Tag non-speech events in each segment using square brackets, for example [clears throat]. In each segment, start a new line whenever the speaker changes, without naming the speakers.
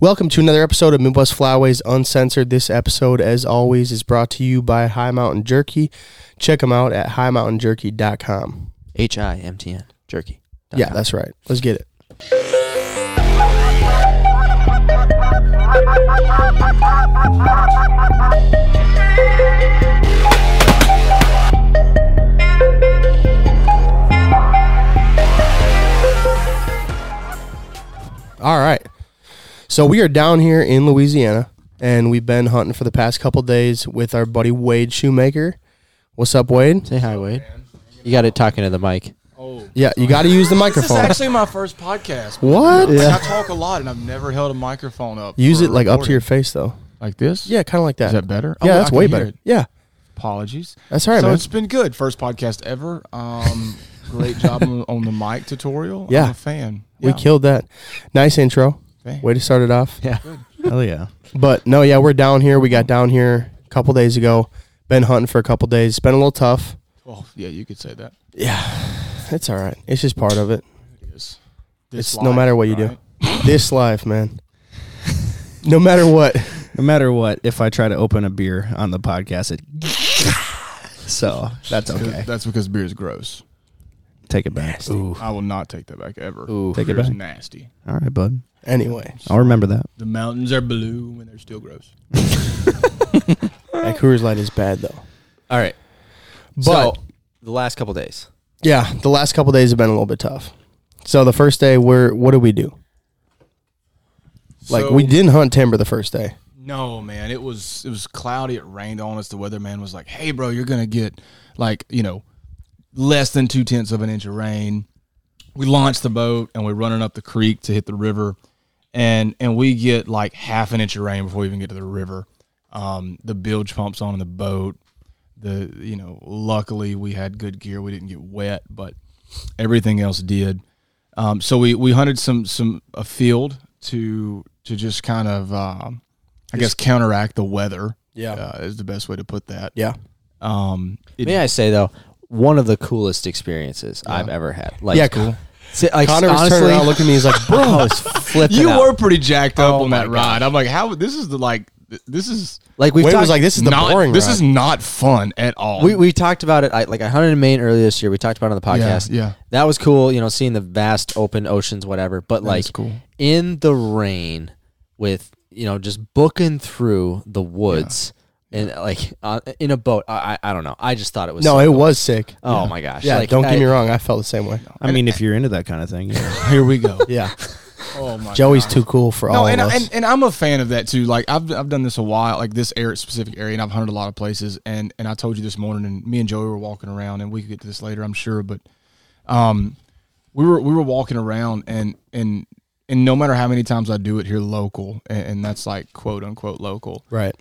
Welcome to another episode of Midwest Flyways Uncensored. This episode, as always, is brought to you by High Mountain Jerky. Check them out at highmountainjerky.com.
H I M T N jerky.
Yeah, that's right. Let's get it. All right. So we are down here in Louisiana, and we've been hunting for the past couple days with our buddy Wade Shoemaker. What's up, Wade?
Say hi, Wade. You got it talking to the mic.
Yeah, you got to use the
[laughs] This is
microphone.
actually my first podcast.
What?
Like, I talk a lot, and I've never held a microphone up.
Use
for
it like up to
recording.
your face, though.
like this.
Yeah, kind of like that.
is that better?
Yeah,
Oh, I
that's
can
way
hear
better.
it.
Yeah,
Apologies.
that's all right,
so
man.
it's been good. First podcast ever.
[laughs]
Um, great job on, on the mic tutorial.
Yeah.
I'm a fan.
We
Yeah.
killed that. Nice intro.
Thanks.
Way to start it off.
Yeah.
Hell Oh, yeah.
But no, yeah, we're down here. We got down here a couple days ago. Been hunting for a couple days. It's been a little tough.
Oh, yeah, you could say that.
It's all right. It's just part of it.
Yes.
It's no matter what you do. This life, man. No matter what.
No matter what, if I try to open a beer on the podcast, it. So that's okay.
That's because beer is gross.
Take it back. Ooh.
I will not take that back ever.
Take it
Beer is
back.
nasty.
All right, bud.
Anyway,
I'll remember that.
The mountains are blue and they're still gross.
that Coors Light is bad though.
All right.
But
so, the last couple days.
yeah, the last couple days have been a little bit tough. So the first day, we're what did we do? Like
So-
we didn't hunt timber the first day.
No, man, it was it was cloudy. It rained on us. The weatherman was like, "Hey, bro, you're gonna get like you know less than two tenths of an inch of rain." We launched the boat and we're running up the creek to hit the river, and and we get like half an inch of rain before we even get to the river. Um, the bilge pumps on in the boat. The you know, luckily we had good gear. We didn't get wet, but everything else did. Um, so we we hunted some some a field to to just kind of um, I guess counteract the weather.
Yeah.
uh, is the best way to put that.
Yeah,
Um, it-
May I say though, one of the coolest experices I've ever had. Like,
yeah, cool.
si- like,
Connor was
honestly,
turning around, looking at me. He's
[laughs]
like, "Bro,
I was flipping.
you
out.
were pretty jacked up
Oh
on
my
that ride. I'm like, how? This is the like. th- This is
like we've
Wade was
talked-
like, this is the
not.
boring
this
ride.
is not fun at all.
we, we talked about it. I, like I hunted in Maine earlier this year. We talked about it on the
Yeah,
podcast.
yeah.
that was cool. You know, seeing the vast open oceans, whatever. But
is
like
cool.
in the rain, with you know, just booking through the woods and like uh, in a boat. I, I I don't know. I just thought it was
no,
so-
it was sick.
oh my gosh.
Yeah,
Like,
don't
I-
get me wrong. I felt the same way.
I mean, if you're into that kind of
[laughs]
thing, yeah.
here
[laughs]
we go.
Yeah,
oh my.
Joey's too cool for all
No, and,
of
I-
us.
and and I'm a fan of that too. Like I've I've done this a while, like this area specific area, and I've hunted a lot of places. And and I told you this morning, and me and Joey were walking around, and we could get to this later, I'm sure. But um, we were we were walking around, and and and no matter how many times I do it here local, and, and that's like quote unquote local,
right.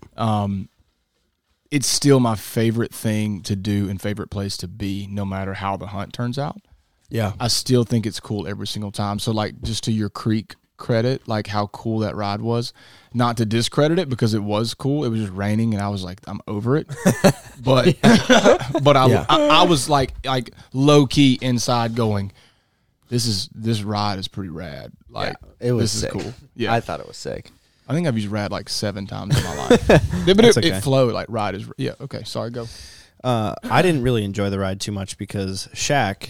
it's still my favorite thing to do and favorite place to be, no matter how the hunt turns out.
Yeah.
I still think it's cool every single time. So like just to your creek credit, like how cool that ride was. Not to discredit it because it was cool. It was just raining and I was like, I'm over it. but [laughs] but I,
Yeah.
I I was like like low key inside going, This is this ride is pretty rad. Like
It was
this
sick.
is cool. Yeah.
I
I,
thought it was sick.
think I've used rad like seven times in my life. Yeah, but it,
okay.
it flowed like ride is yeah, okay. Sorry, go.
uh, I didn't really enjoy the ride too much because Shaq.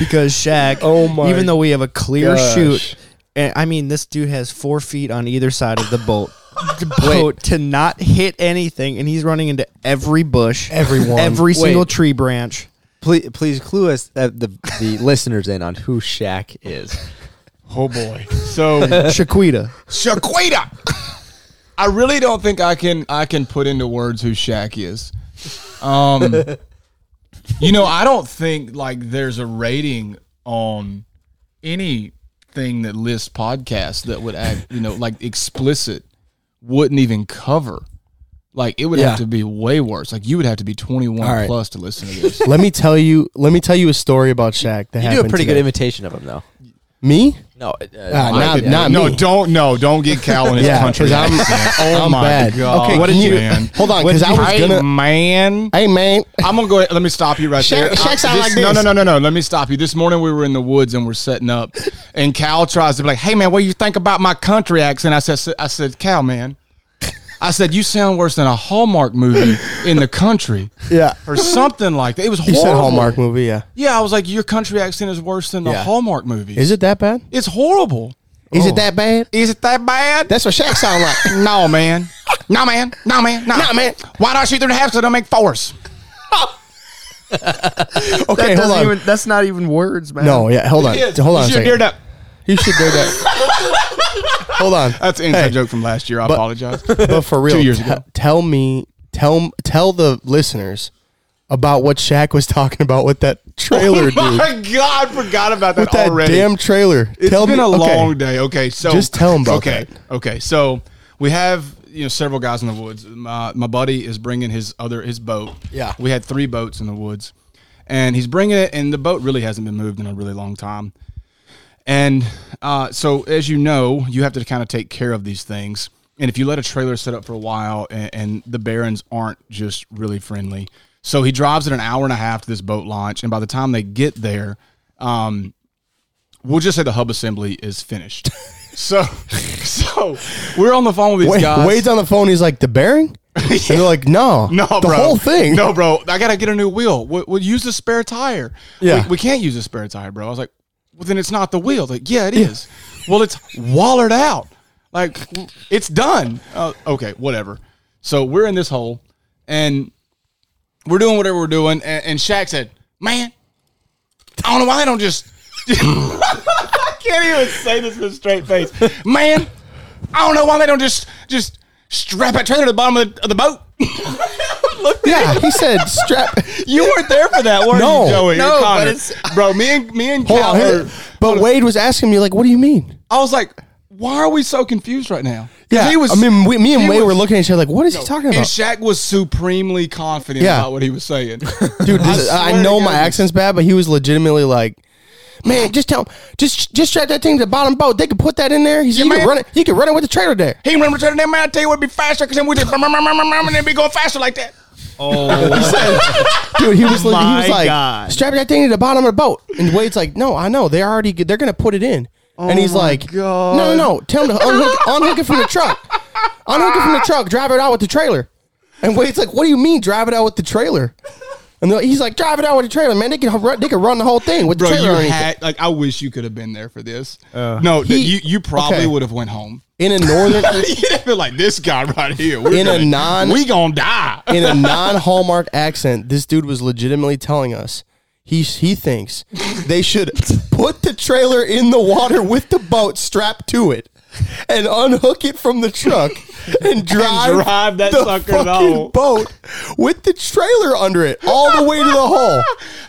because Shaq.
Oh my
Even though we have a clear
gosh.
[laughs]
shoot, and, I mean, this dude has four feet on either side of the boat. boat to not hit anything, and he's running into every bush,
Everyone.
every
Wait.
single tree branch.
Please, please clue us uh, the the [laughs] listeners in on who Shaq is.
Oh boy.
[laughs]
So
Shaquita.
Shaquita. I really don't think I can I can put into words who Shaq is. Um,
[laughs]
you know, I don't think like there's a rating on anything that lists podcasts that would add you know like explicit wouldn't even cover. Like it would
Yeah.
have to be way worse. Like you would have to be 21
All right.
plus to listen to this.
let me tell you. Let me tell you a story about Shaq. That
You do a
happened
pretty
today.
good imitation of him though.
Me?
No, uh,
Ah,
Mike,
not-
yeah.
not
no,
me.
don't no, don't get Cal in his
Yeah,
country.
'cause I'm-
accent. oh
I'm
my
bad.
god!
Okay,
what
can
did
you-
man?
hold on,
What
'cause
did
I
you-
was
Hey,
gonna-
man.
Hey man,
I'm gonna go. ahead- Let me stop you right
Shaq-
there.
Shaq's
I-
out like
No,
this.
no, no, no, no. Let me stop you. This morning we were in the woods and we're
[laughs]
setting up, and Cal tries to be like, "Hey, man, what do you think about my country accent?" I said, "I said, Cal, man." I said, "You sound worse than a Hallmark movie in the country,
yeah.
or something like that." It
[laughs]
was
You
horrible.
said Hallmark movie, yeah.
Yeah, I was like, "Your country accent is worse than the
Yeah.
Hallmark movie.
Is it that bad? Oh.
it's horrible."
Is it that bad?
Is it that bad?
That's what Shaq sound [laughs] like.
no, man. No, man. No, man. No,
Nah, man.
Why not shoot through the half so they don't make fours?
Okay,
that
hold
doesn't
on.
even. That's not even words, man.
no, yeah,
[laughs]
hold on, hold on. a
You should
second.
beard up.
You should do that. hold on.
That's an inside joke from last year. I
[laughs]
apologize.
but for real,
Two years
te-
ago.
tell me, tell tell the listeners about what Shaq was talking about with that trailer,
[laughs]
dude.
[laughs] Oh My God, forgot about that,
With that
already.
damn trailer.
It's
tell
been
me,
a
okay.
long day. Okay, so
Just tell 'em about
Okay, okay. So we have you know several guys in the woods. My my buddy is bringing his other his boat.
Yeah.
we had three boats in the woods, and he's bringing it, and the boat really hasn't been moved in a really long time. And uh, so, as you know, you have to kind of take care of these things. And if you let a trailer sit up for a while, and, and the Barons aren't just really friendly, so he drives it an hour and a half to this boat launch. And by the time they get there, um, we'll just say the hub assembly is finished. [laughs] so, so we're on the phone with these
Wait,
guys.
Wade's on the phone. He's like, the
[laughs]
bearing? And they're like, no.
No,
The
bro.
whole thing.
No, bro. I gotta get a new wheel. We'll, we'll use the spare tire.
Yeah.
We, we can't use the spare tire, bro. I was like, well, then it's not the wheel. Like, yeah, it is. well, it's wallered out. Like, w- it's done. Uh, okay, whatever. So we're in this hole, and we're doing whatever we're doing. And, and Shaq said, "Man, I don't know why they don't just." [laughs] I can't even say this with a straight face, man. I don't know why they don't just just strap that trailer to the bottom of the, of the boat. [laughs] Look,
[laughs] Yeah, he said
[laughs]
strap.
you weren't there for that, were
No.
you, Joey?
No,
You're
but
Connor.
it's-
bro. Me and me and
Hold
Cal
on.
are-
here- Oh, But Wade was asking me, like, what do you mean?
I was like, why are we so confused right now? 'Cause
Yeah.
he was.
I mean, we, me and
he
Wade
was-
were looking at each other like, what is he talking
And
about?
Shaq was supremely confident
Yeah.
about what he was saying, [laughs]
dude. This, I,
swear to
know
God,
my
this-
accent's bad, but he was legitimately like, "Man,
[sighs]
just tell, just just strap that thing to the bottom boat. They can put that in there. He's, you
man.
can run it. You can run it with the trailer there."
He remember telling that man, I tell you what, would be faster because then we just [laughs] brum, brum, brum, brum, brum, and then be going faster like that.
Dude, he was, like, he
My
was like,
God.
"Strap that thing to the bottom of the boat." And Wade's like, "No, I know. They already they're gonna put it in." and he's like,
God.
"No, no, no. Tell him to unhook, unhook it from the truck. Unhook it from the truck. Drive it out with the trailer." And Wade's like, "What do you mean drive it out with the trailer?" And they're- he's like, "Drive it out with the trailer, man. They can run, they can run the whole thing with the
Bro,
trailer."
you
underneath it."
had like I wish you could have been there for this.
Uh,
no, th-
He-
you you probably
okay.
would have went home. [laughs]
in a northern
You'd have been like this guy right here. We're
In a
gonna-
non-
we gonna die.
in a non Hallmark accent, this dude was legitimately telling us he he thinks they should put the trailer in the water with the boat strapped to it and unhook it from the truck and drive,
drive that
the
sucker to the
fucking
hole.
boat with the trailer under it all the way to the
[laughs]
hole.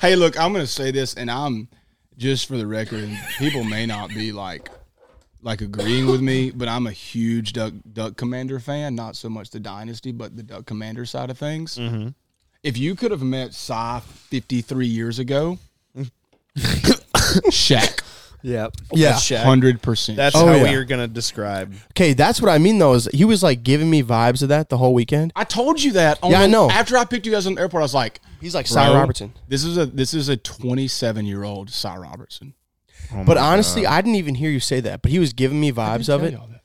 hey, look, I'm gonna say this, and I'm just for the record, and people may not be like like agreeing with me, but I'm a huge Duck Duck Commander fan. Not so much the Dynasty, but the Duck Commander side of things. If you could have met Cy 53 years ago, Shaq,
Yep.
Yeah.
That's Shaq.
hundred percent.
That's
Oh,
how
yeah.
we are gonna describe.
Okay, that's what I mean though. Is he was like giving me vibes of that the whole weekend.
I told you that. On
Yeah, I
the-
know.
After I picked you guys on the airport, I was like,
He's like
"Bro,
Cy Robertson.
This is a this is a 27 year old Cy Robertson.
But honestly, I didn't even hear you say that. But he was giving me vibes of it.
Tell y'all that.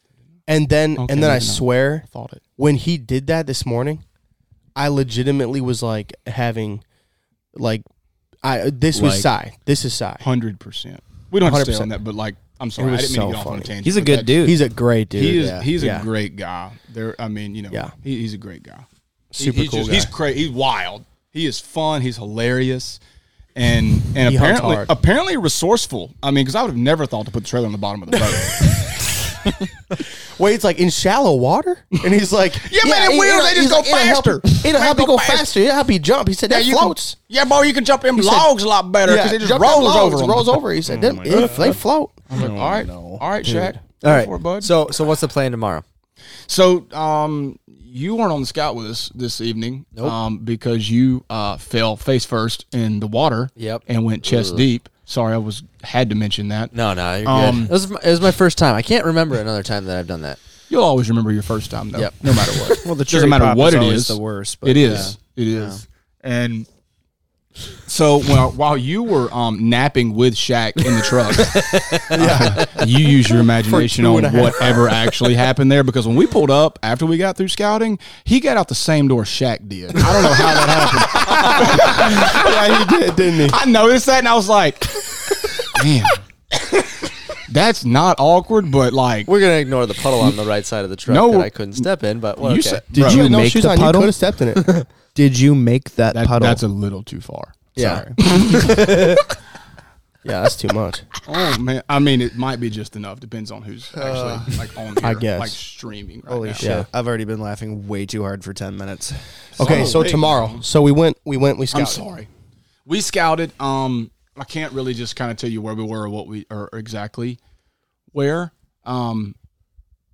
And then
Okay,
and then I
maybe not.
swear
Thought it.
when he did that this morning, I legitimately was like having, like, I this was Psy. This is Psy.
Hundred percent. We don't have to stay
100%.
on that, but like, I'm sorry,
It
I
was
didn't mean to
so
get off on a
funny.
tangent.
He's a
but that-
good dude.
He's a great dude.
He is.
yeah.
He's
Yeah.
a great guy. There. I mean, you know.
Yeah.
He, he's a great guy. He-
Super
he's
cool
just-
guy.
He's crazy. He's wild. He is fun. He's hilarious. And and
He hunts
apparently
hard.
apparently resourceful. I mean, because I would have never thought to put the trailer on the bottom [laughs] of the boat.
Wait, it's like in shallow water, and he's like,
Yeah, man, it
he-
will.
it'll-
They just
he's
go
it'll help you-
faster.
It'll
Man,
help you
go
go
fast.
faster. It'll help you jump. He said that
you can-
floats.
yeah, boy, you can jump in
said-
logs a lot better because
Yeah,
it just
jump them
rolls
logs,
over. 'em.
Rolls over. He said, them, it- they float.
[laughs] all right, all right,
All
Shaq. Go
right.
for it, bud.
So, so what's the plan tomorrow?
So, um, you weren't on the scout with us this evening, um, because you uh, fell face first in the water,
Yep.
and went chest deep. Sorry, I was had to mention that.
No, no, you're
Um,
good. It was, my, it was my first time. I can't remember another time that I've done that.
You'll always remember your first time though.
Yep.
No matter what.
Well, the
Doesn't
cherry
matter
pop
what
is
it
always
is.
the worst. But
It is. It is. And so while, while you were um, napping with Shaq in
[laughs]
the truck, uh, you use your imagination
two
on
and a half
whatever actually happened there because when we pulled up after we got through scouting, he got out the same door Shaq did. I don't know how that
[laughs]
happened.
yeah, he did, didn't he?
I noticed that and I was like, man, that's not awkward, but like,
We're gonna ignore the puddle on the right side of the truck
No,
that I couldn't step in, but well,
you
okay.
said-
Did
Bro,
you
you
had no
make
shoes
the
on?
puddle?
You could have stepped in it.
Did you make that,
that,
puddle?
that's a little too far.
yeah, [laughs]
yeah, that's too much.
Oh man, I mean, it might be just enough. Depends on who's actually like on. Here,
I guess.
like streaming. Right
Holy
now.
shit! I've already been laughing way too hard for ten minutes.
Okay, so
wait.
tomorrow. So we went. We went. We
I'm
scouted.
sorry. We scouted. Um, I can't really just kind of tell you where we were or what we or exactly where. Um,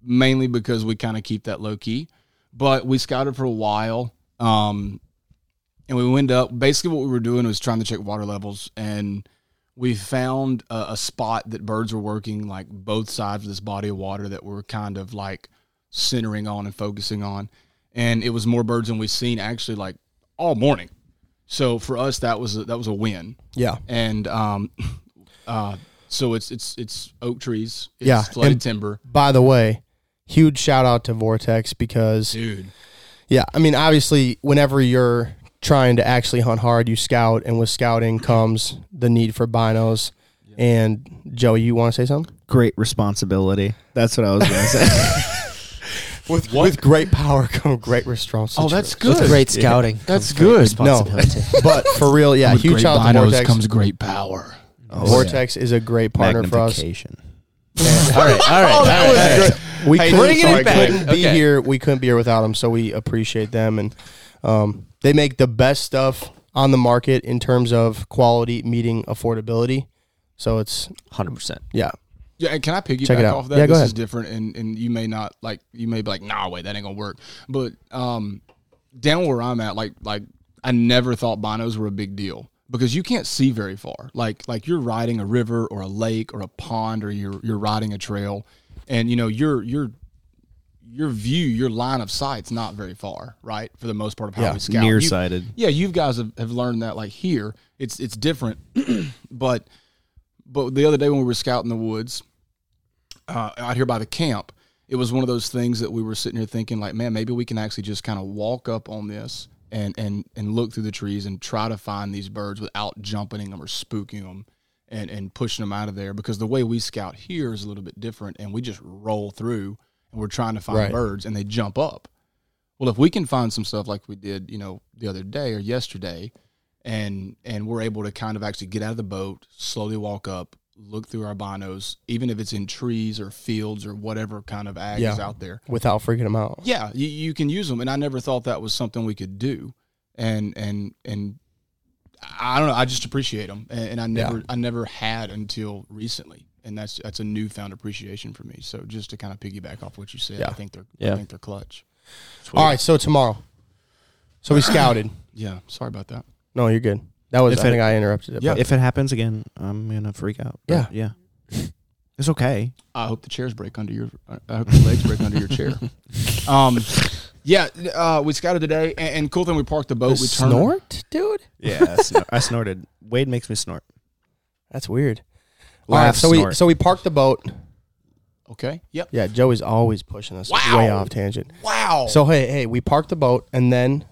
mainly because we kind of keep that low key. But we scouted for a while. Um, and we went up. Basically, what we were doing was trying to check water levels, and we found a, a spot that birds were working like both sides of this body of water that we're kind of like centering on and focusing on. And it was more birds than we've seen actually like all morning. So for us, that was a, that was a win.
Yeah.
And um, [laughs] uh, so it's it's it's oak trees, it's
Yeah,
flooded
and-
timber,
By the way, huge shout out to Vortex because
dude.
yeah, I mean obviously whenever you're trying to actually hunt hard, you scout, and with scouting comes the need for binos. And Joey, you want to say something?
Great responsibility. That's what I was [laughs] gonna say.
With with great power
[laughs]
come great response. [laughs]
With great scouting.
Oh, That's
comes great
good.
no,
responsibility.
[laughs] but for real, yeah,
With
huge
great
shout out to
binos
Vortex.
comes great power.
Vortex is a great partner for us.
Magnification.
all right, all right, all right. all right.
We
Hey,
couldn't,
bringing it
sorry,
back.
couldn't be
Okay.
here. We couldn't be here without them. So we appreciate them, and um, they make the best stuff on the market in terms of quality meeting affordability. So it's
Hundred percent.
yeah,
Yeah, and can I piggyback
Check it out.
off that?
Yeah, go
this
ahead.
is different, and and you may not like. You may be like, nah, wait, that ain't gonna work. But um, down where I'm at, like like I never thought binos were a big deal because you can't see very far. Like like you're riding a river or a lake or a pond or you're you're riding a trail, and you know your your your view, your line of sight's not very far, right? For the most part of how we scout. You-
nearsighted.
[clears throat] yeah, you guys have, have learned that like here, it's it's different. [clears throat] but but the other day when we were scouting the woods, uh, out here by the camp, it was one of those things that we were sitting here thinking like, man, maybe we can actually just kind of walk up on this and and and look through the trees and try to find these birds without jumping them or spooking them. And, and pushing them out of there because the way we scout here is a little bit different and we just roll through and we're trying to find
Right.
birds and they jump up well if we can find some stuff like we did you know the other day or yesterday and and we're able to kind of actually get out of the boat slowly walk up look through our binos even if it's in trees or fields or whatever kind of ag is
Yeah.
out there
without freaking them out.
yeah you, you can use them and i never thought that was something we could do and and and i don't know i just appreciate them and, and i never i never had until recently and that's that's a newfound appreciation for me so just to kind of piggyback off what you said i
Yeah.
think they're i
Yeah.
think they're clutch
All right, so tomorrow, so we scouted.
yeah sorry about that
No, you're good. That was
If
I
it-
think I interrupted it.
Yeah.
but-
If it happens again, I'm gonna freak out. but yeah. It's okay.
I hope the chairs break under your. I hope your legs break under your chair. Um, yeah, uh, we scouted today, and, and cool thing we parked the boat. we turned.
Snort, dude.
Yeah, I, snor- I snorted. [laughs] Wade makes me snort.
That's weird. All right,
Laugh,
so we
snort.
so we parked the boat.
Okay. Yep.
Yeah, Joe is always pushing us
Wow.
way off tangent.
Wow. So
So hey, hey, we parked the boat and then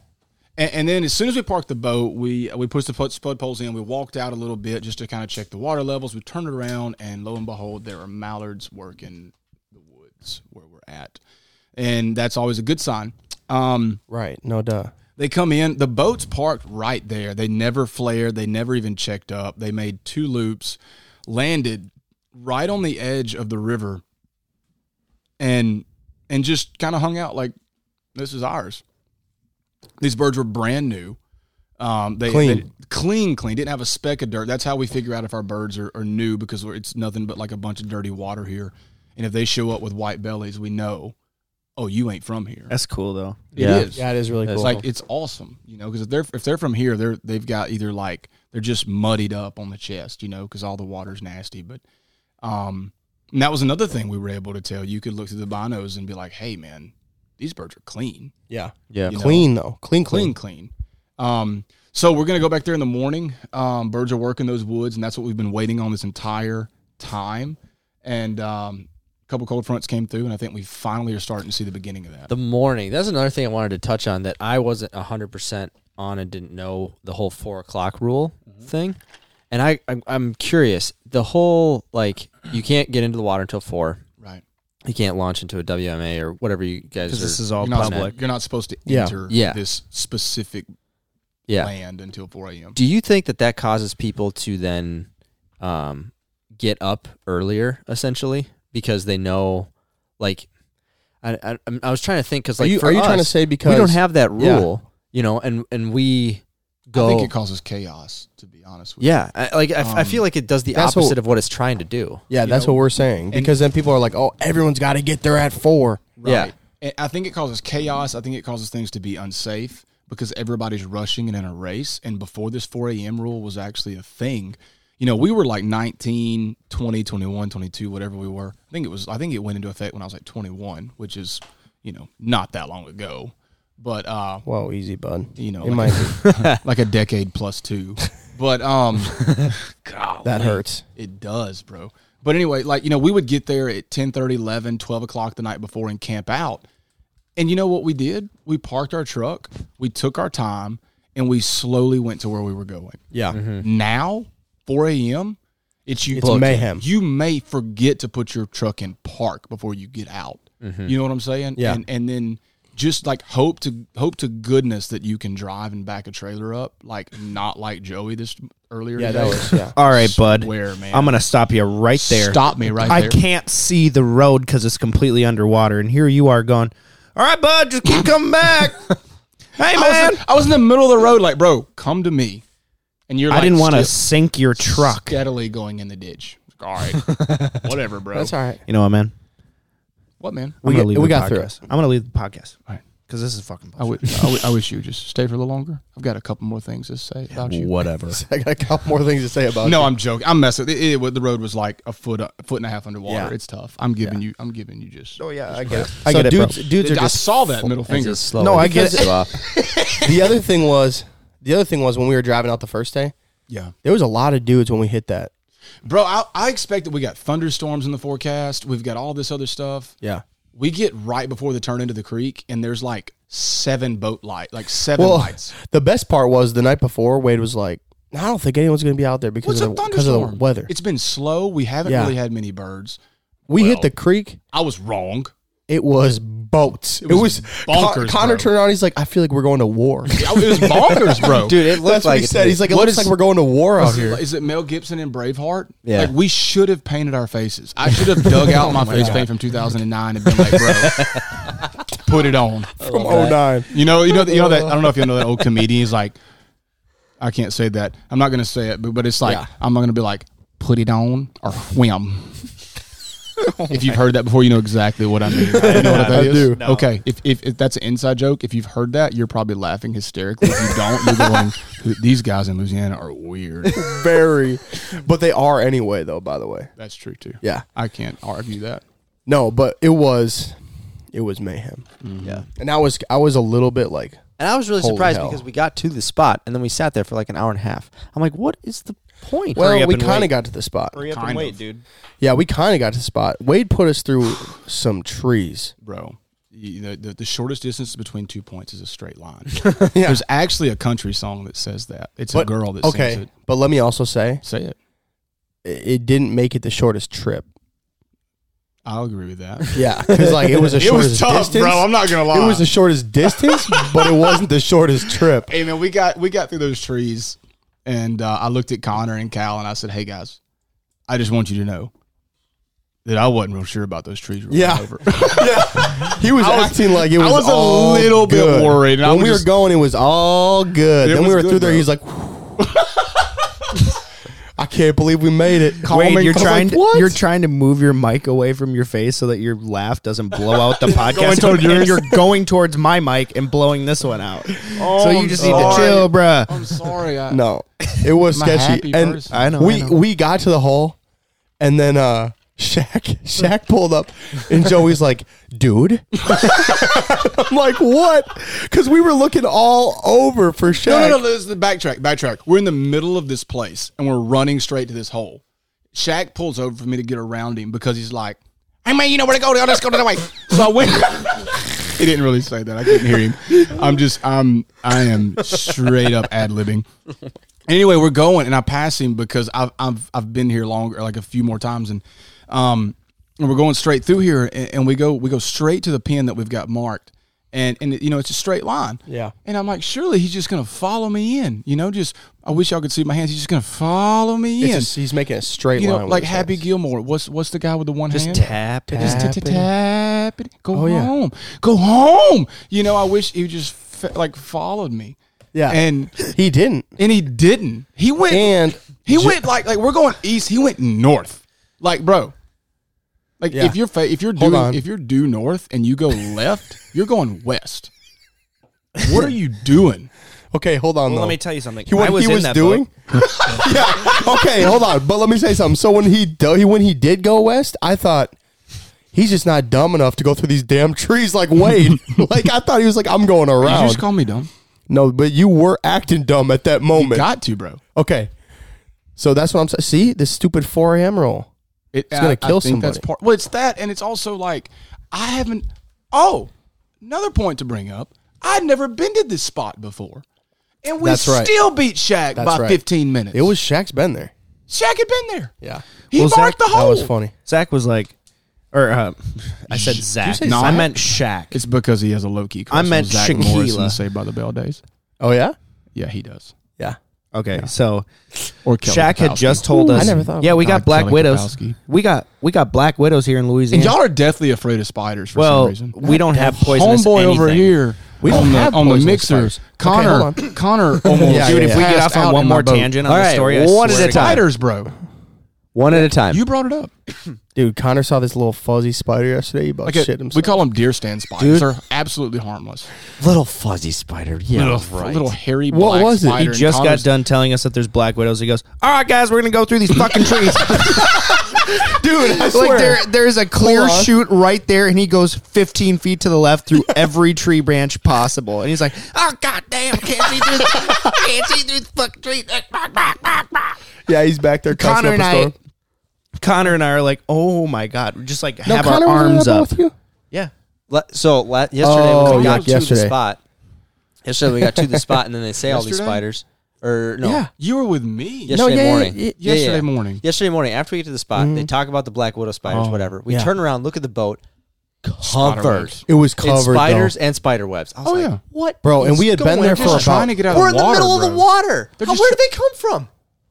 and, and then as soon as we parked the boat, we uh, we pushed the flood, flood poles in. We walked out a little bit just to kind of check the water levels. We turned it around, and lo and behold, there are mallards working the woods where we're at, and that's always a good sign. Um,
right, no duh.
They come in. The boat's parked right there. They never flared. They never even checked up. They made two loops, landed right on the edge of the river, and and just kind of hung out like this is ours. These birds were brand new. Um, they,
Clean.
they- clean, clean. Didn't have a speck of dirt. That's how we figure out if our birds are, are new because we're- it's nothing but like a bunch of dirty water here. And if they show up with white bellies, we know oh, you ain't from here.
That's cool though.
Yeah.
It is.
Yeah, it is really cool.
It's like it's awesome, you know, because if they're if they're from here, they're they've got either like they're just muddied up on the chest, you know, because all the water's nasty. But um, and that was another thing we were able to tell. You could look through the binos and be like, hey man, these birds are clean,
yeah,
Yeah.
You know.
clean though, clean,
clean,
clean.
clean. Um, so we're gonna go back there in the morning. Um, birds are working those woods, and that's what we've been waiting on this entire time. And um, a couple cold fronts came through, and I think we finally are starting to see the beginning of that.
The morning. That's another thing I wanted to touch on that I wasn't hundred percent on and didn't know the whole four o'clock rule
Mm-hmm.
thing. And I, I'm, I'm curious. The whole like you can't get into the water until four.
right.
You can't launch into a WMA or whatever you guys are.
Because this is all
You're not,
public.
you're not supposed to
Yeah.
enter
Yeah.
this specific
yeah.
land until 4 a.m.
Do you think that that causes people to then um, get up earlier, essentially, because they know, like, I I, I'm- I was trying to think because
Are
like
you,
for
are you trying to
us,
say because
we don't have that
yeah.
rule, you know, and and we
I
go,
think it causes chaos, to be honest with
yeah, I, like I, f- I feel
Um,
like it does the
that's
opposite
what-
of what it's trying to do.
Yeah,
you
that's
know?
what we're saying because then people are like, oh, everyone's got to get there at four.
you. Right.
Yeah.
And I think it causes chaos. I think it causes things to be unsafe because everybody's rushing and in a race. And before this 4 a.m. rule was actually a thing, you know, we were like 19, 20, 21, 22, whatever we were. I think it was, I think it went into effect when I was like 21, which is, you know, not that long ago. But, uh,
Whoa, easy, bud.
you know,
It
like,
might be.
[laughs] like a decade plus two. But, um, God,
that hurts.
It does, bro. But anyway, like, you know, we would get there at 10, 11, 12 o'clock the night before and camp out. And you know what we did? We parked our truck, we took our time, and we slowly went to where we were going.
Yeah,
Mm-hmm. Now, 4 a.m., it's you.
Hmm. It's mayhem.
You may forget to put your truck in park before you get out. You know what I'm saying?
Mm-hmm. Yeah.
And, and then just like hope to hope to goodness that you can drive and back a trailer up, like not like Joey this earlier.
yeah, that
today.
was
[laughs]
yeah.
All right, bud.
Swear, man.
I'm gonna stop you right there.
Stop me right
I
there.
can't see the road because it's completely underwater, and here you are going. All right, bud, just keep
[laughs]
coming back. hey,
I
man.
was, in, I was in the middle of the road, like, bro, come to me. And you're,
I
like,
didn't want to
sti-
sink your truck.
steadily going in the ditch. All right, [laughs] whatever, bro.
That's all right.
You know what, man?
What, man?
I'm
We
gonna
got-
leave
we
the
got through
podcast. I'm gonna leave the podcast
All right.
because this is fucking. Bullshit.
I wi- I wi- I wish you would just stay for a little longer. I've got a couple more things to say about you.
Whatever.
I got a couple more things to say about.
No,
it.
I'm joking. I'm messing. It, it, the road was like a foot, a foot and a half underwater.
Yeah.
It's tough. I'm giving you. I'm giving you just.
Oh yeah, I get it.
So
I get it, bro.
dudes, dudes are
I
just
saw that middle finger.
No, I get it. [laughs] the other thing was the other thing was when we were driving out the first day,
Yeah,
there was a lot of dudes when we hit that.
bro. I, I expected we got thunderstorms in the forecast. We've got all this other stuff.
Yeah.
We get right before the turn into the creek, and there's like seven boat light, like seven
Well,
lights.
[laughs] the best part was the night before Wade was like, I don't think anyone's going to be out there because
What's a
of, the, because of the
thunderstorm?
weather.
It's been slow. We haven't
Yeah.
really had many birds.
we
well.
hit the creek.
I was wrong.
It was boats. It
was
was,
bonkers,
Con- Connor
bro.
turned around. He's like, I feel like we're going to [laughs] war.
It was bonkers,
[laughs]
bro.
dude. It
That's
looks
what
like
he
it
said.
to me.
He's like, it looks like we're going to [laughs] war out here.
Is it Mel Gibson in Braveheart?
Yeah.
Like we should have painted our faces. I should have
[laughs]
dug
Oh
out my face paint from 2009 and been like, bro, put it on.
From 09.
You know, you know, you know that. I don't know if you know
[laughs]
that old comedian. He's like, I can't say that. I'm not gonna say it, but, but it's like
Yeah.
I'm not gonna be like, put it on or wham.
[laughs]
if you've heard that before, you know exactly what
[laughs]
I mean. You know what that
Oh I
is?
do.
Okay, if, if if that's an inside joke, if you've heard that, you're probably laughing hysterically. If you don't, you're going, [laughs] these guys in Louisiana
[laughs]
are weird.
Very. But they are anyway, though, by the way.
That's true too.
Yeah.
I can't argue that.
No, but it was, it was mayhem.
Mm-hmm.
Yeah.
And I was, I was a little bit like,
[laughs] And I was really
Holy
surprised
hell.
because we got to the spot and then we sat there for like an hour and a half. I'm like, what is the point?
well,
up
we
and
kind of
wait.
got to the spot.
Hurry up
Kind
and wait,
of.
dude.
Yeah, we kind of got to the spot. Wade put us through some trees.
bro. You know, the, the shortest distance between two points is a straight line.
[laughs] Yeah.
There's actually a country song that says that. It's a
But-
girl that
Okay,
sings it.
but let me also say
Say it.
i- it didn't make it the shortest trip.
I'll agree with [laughs] that.
Yeah, because like [laughs] it was the
it
shortest
was tough,
distance.
bro. I'm not gonna lie.
it was the shortest distance, but it wasn't the shortest trip.
hey man, we got we got through those trees, and uh, I looked at Connor and Cal, and I said, "Hey guys, I just want you to know that I wasn't real sure about those trees." rolling
Yeah.
over.
He was,
I was-
acting like it was.
I was a
all
little bit
good.
worried, and I
When
was
we were
just-
going, it was all good.
It
then we
was
were
good,
through there.
bro.
He's like, I can't believe we made it. Call
Wade,
me. Oh I
you're
was
trying
like,
to,
what?
you're trying to move your mic away from your face so that your laugh doesn't blow out
[laughs]
the podcast.
Going toward
and
yours.
You're going towards my mic and blowing this one out.
Oh
so you
I'm
just need to
sorry.
chill, bruh.
[laughs] I'm sorry. I,
no, it was
I'm a
sketchy.
happy
And
person.
I know.
we
I know.
we got to the hole, and then uh, [laughs] Shaq Shaq pulled up, and Joey's like, "Dude," [laughs] I'm like, "What?" Because we were looking all over for Shaq.
No, no, no. This is the backtrack. Backtrack. We're in the middle of this place and we're running straight to this hole. Shaq pulls over for me to get around him because he's like, "Hey man, you know where to go? Let's go to the way." So I went. he didn't really say that. I couldn't hear him. I'm just, I'm, I am straight up ad libbing. Anyway, we're going, and I pass him because I've, I've, I've been here longer, like a few more times, and um, and we're going straight through here, and, and we go, we go straight to the pin that we've got marked, and and you know it's a straight line,
Yeah.
and I'm like, surely he's just gonna follow me in. You know, just I wish y'all could see my hands. He's just gonna follow me
It's
in.
just- he's making a straight
you
line.
know,
with
like
his
Happy
hands.
Gilmore. What's what's the guy with the one hand?
tap,
Just tap,
it.
tap, tap it. Go
Oh, yeah.
home. Go home. You know, I wish he just fe- like followed me.
Yeah.
and
He didn't.
and he didn't. He went
And
he
Ju-
went like like we're going east. He went north. Like bro, like
Yeah.
if you're fa- if you're
Hold
doing
on.
if you're due north and you go left, [laughs] you're going west. What are you doing?
Okay, hold on.
Well,
though.
Oh, let me tell you something.
He, what
I was
he
in
was
that [laughs]
doing. yeah. Okay, hold on. But let me say something. So when he do, he when he did go west, I thought he's just not dumb enough to go through these damn trees like
[laughs]
Wade. like I thought he was like I'm going
Did you
around.
just call me dumb?
no, but you were acting dumb at that moment.
Got to bro.
okay. So that's what I'm saying. See this stupid 4 a.m. roll.
It-
It's gonna
I- I
kill
think That's
somebody.
part. Well, it's that, and it's also like I haven't. Oh, another point to bring up. I'd never been to this spot before, and we
That's right.
still beat Shaq by
right.
15 minutes.
It was Shaq's been there.
Shaq had been there.
Yeah.
he
Well,
marked
Zach,
the hole.
That was funny.
Zach was like, or uh, I said Zach.
say
No, I
Zach?
meant Shaq.
It's because he has a low key.
I meant Zach Morris in Shaquilla. Saved
by the Bell days.
Oh yeah.
Yeah, he does.
Yeah.
Okay, so
Or
Shaq had just told
Ooh,
us.
I never thought
Yeah,
about
we got
God,
black
Kelly
widows.
Kapowski.
We got we got black widows here in Louisiana.
And y'all are deathly afraid of spiders for some
well,
reason.
we don't have poisonous
Homeboy over
anything.
here
We
on
don't
the,
have
on the
poisonous
mixer,
spiders. Okay,
Connor.
hold
Connor
[laughs]
almost.
Yeah,
Dude, if we get
passed
off on
out
one
in my
more
boat.
tangent on
All
the
right,
story, Oh, I
one at
swear
a
to God.
time.
Spiders, bro.
One at a time.
You brought it up.
Dude, Connor saw this little fuzzy spider yesterday. He about
Like a-
shit himself.
we call them deer stand spiders. They're absolutely harmless.
little fuzzy spider. Yeah,
little,
right.
little hairy
What
black
was it?
spider.
He
and
Just got
Connor's-
done telling us that there's black widows. He goes, "All right, guys, we're gonna go through these fucking trees."
[laughs] dude. I
like
swear.
there, there's a clear
Hold on.
shoot right there, and he goes 15 feet to the left
[laughs]
through every tree branch possible, and he's like, "Oh god damn, can't see through,
[laughs]
can't see through the fucking tree."
yeah, he's back there. cussing
Connor
up
and
a
I,
storm.
Connor and I are like, "Oh my god," we just like
No,
have
Connor was
our
in
arms
that boat
up.
With you?
Yeah,
La- so la- yesterday
Oh,
when we
yeah,
got to
yesterday.
the spot. Yesterday we got to the spot, and then they say all these
Yesterday?
spiders. Or no,
Yeah.
You were with me.
yesterday
yeah, yeah,
morning.
yeah,
Yeah,
yesterday
yeah.
morning.
Yesterday morning, Mm-hmm. Oh, after we get to the spot, they talk about the black widow spiders, whatever. We turn around, look at the boat, covered
webs.
It was
in
covered though.
spiders and spider webs. I was
Oh,
like,
yeah.
what,
bro. And we had been there
They're
for about.
just trying to get out
We're
of
in
the
the
water.
middle of
bro.
the water.
They're
How-
just
where
tr-
did they come from?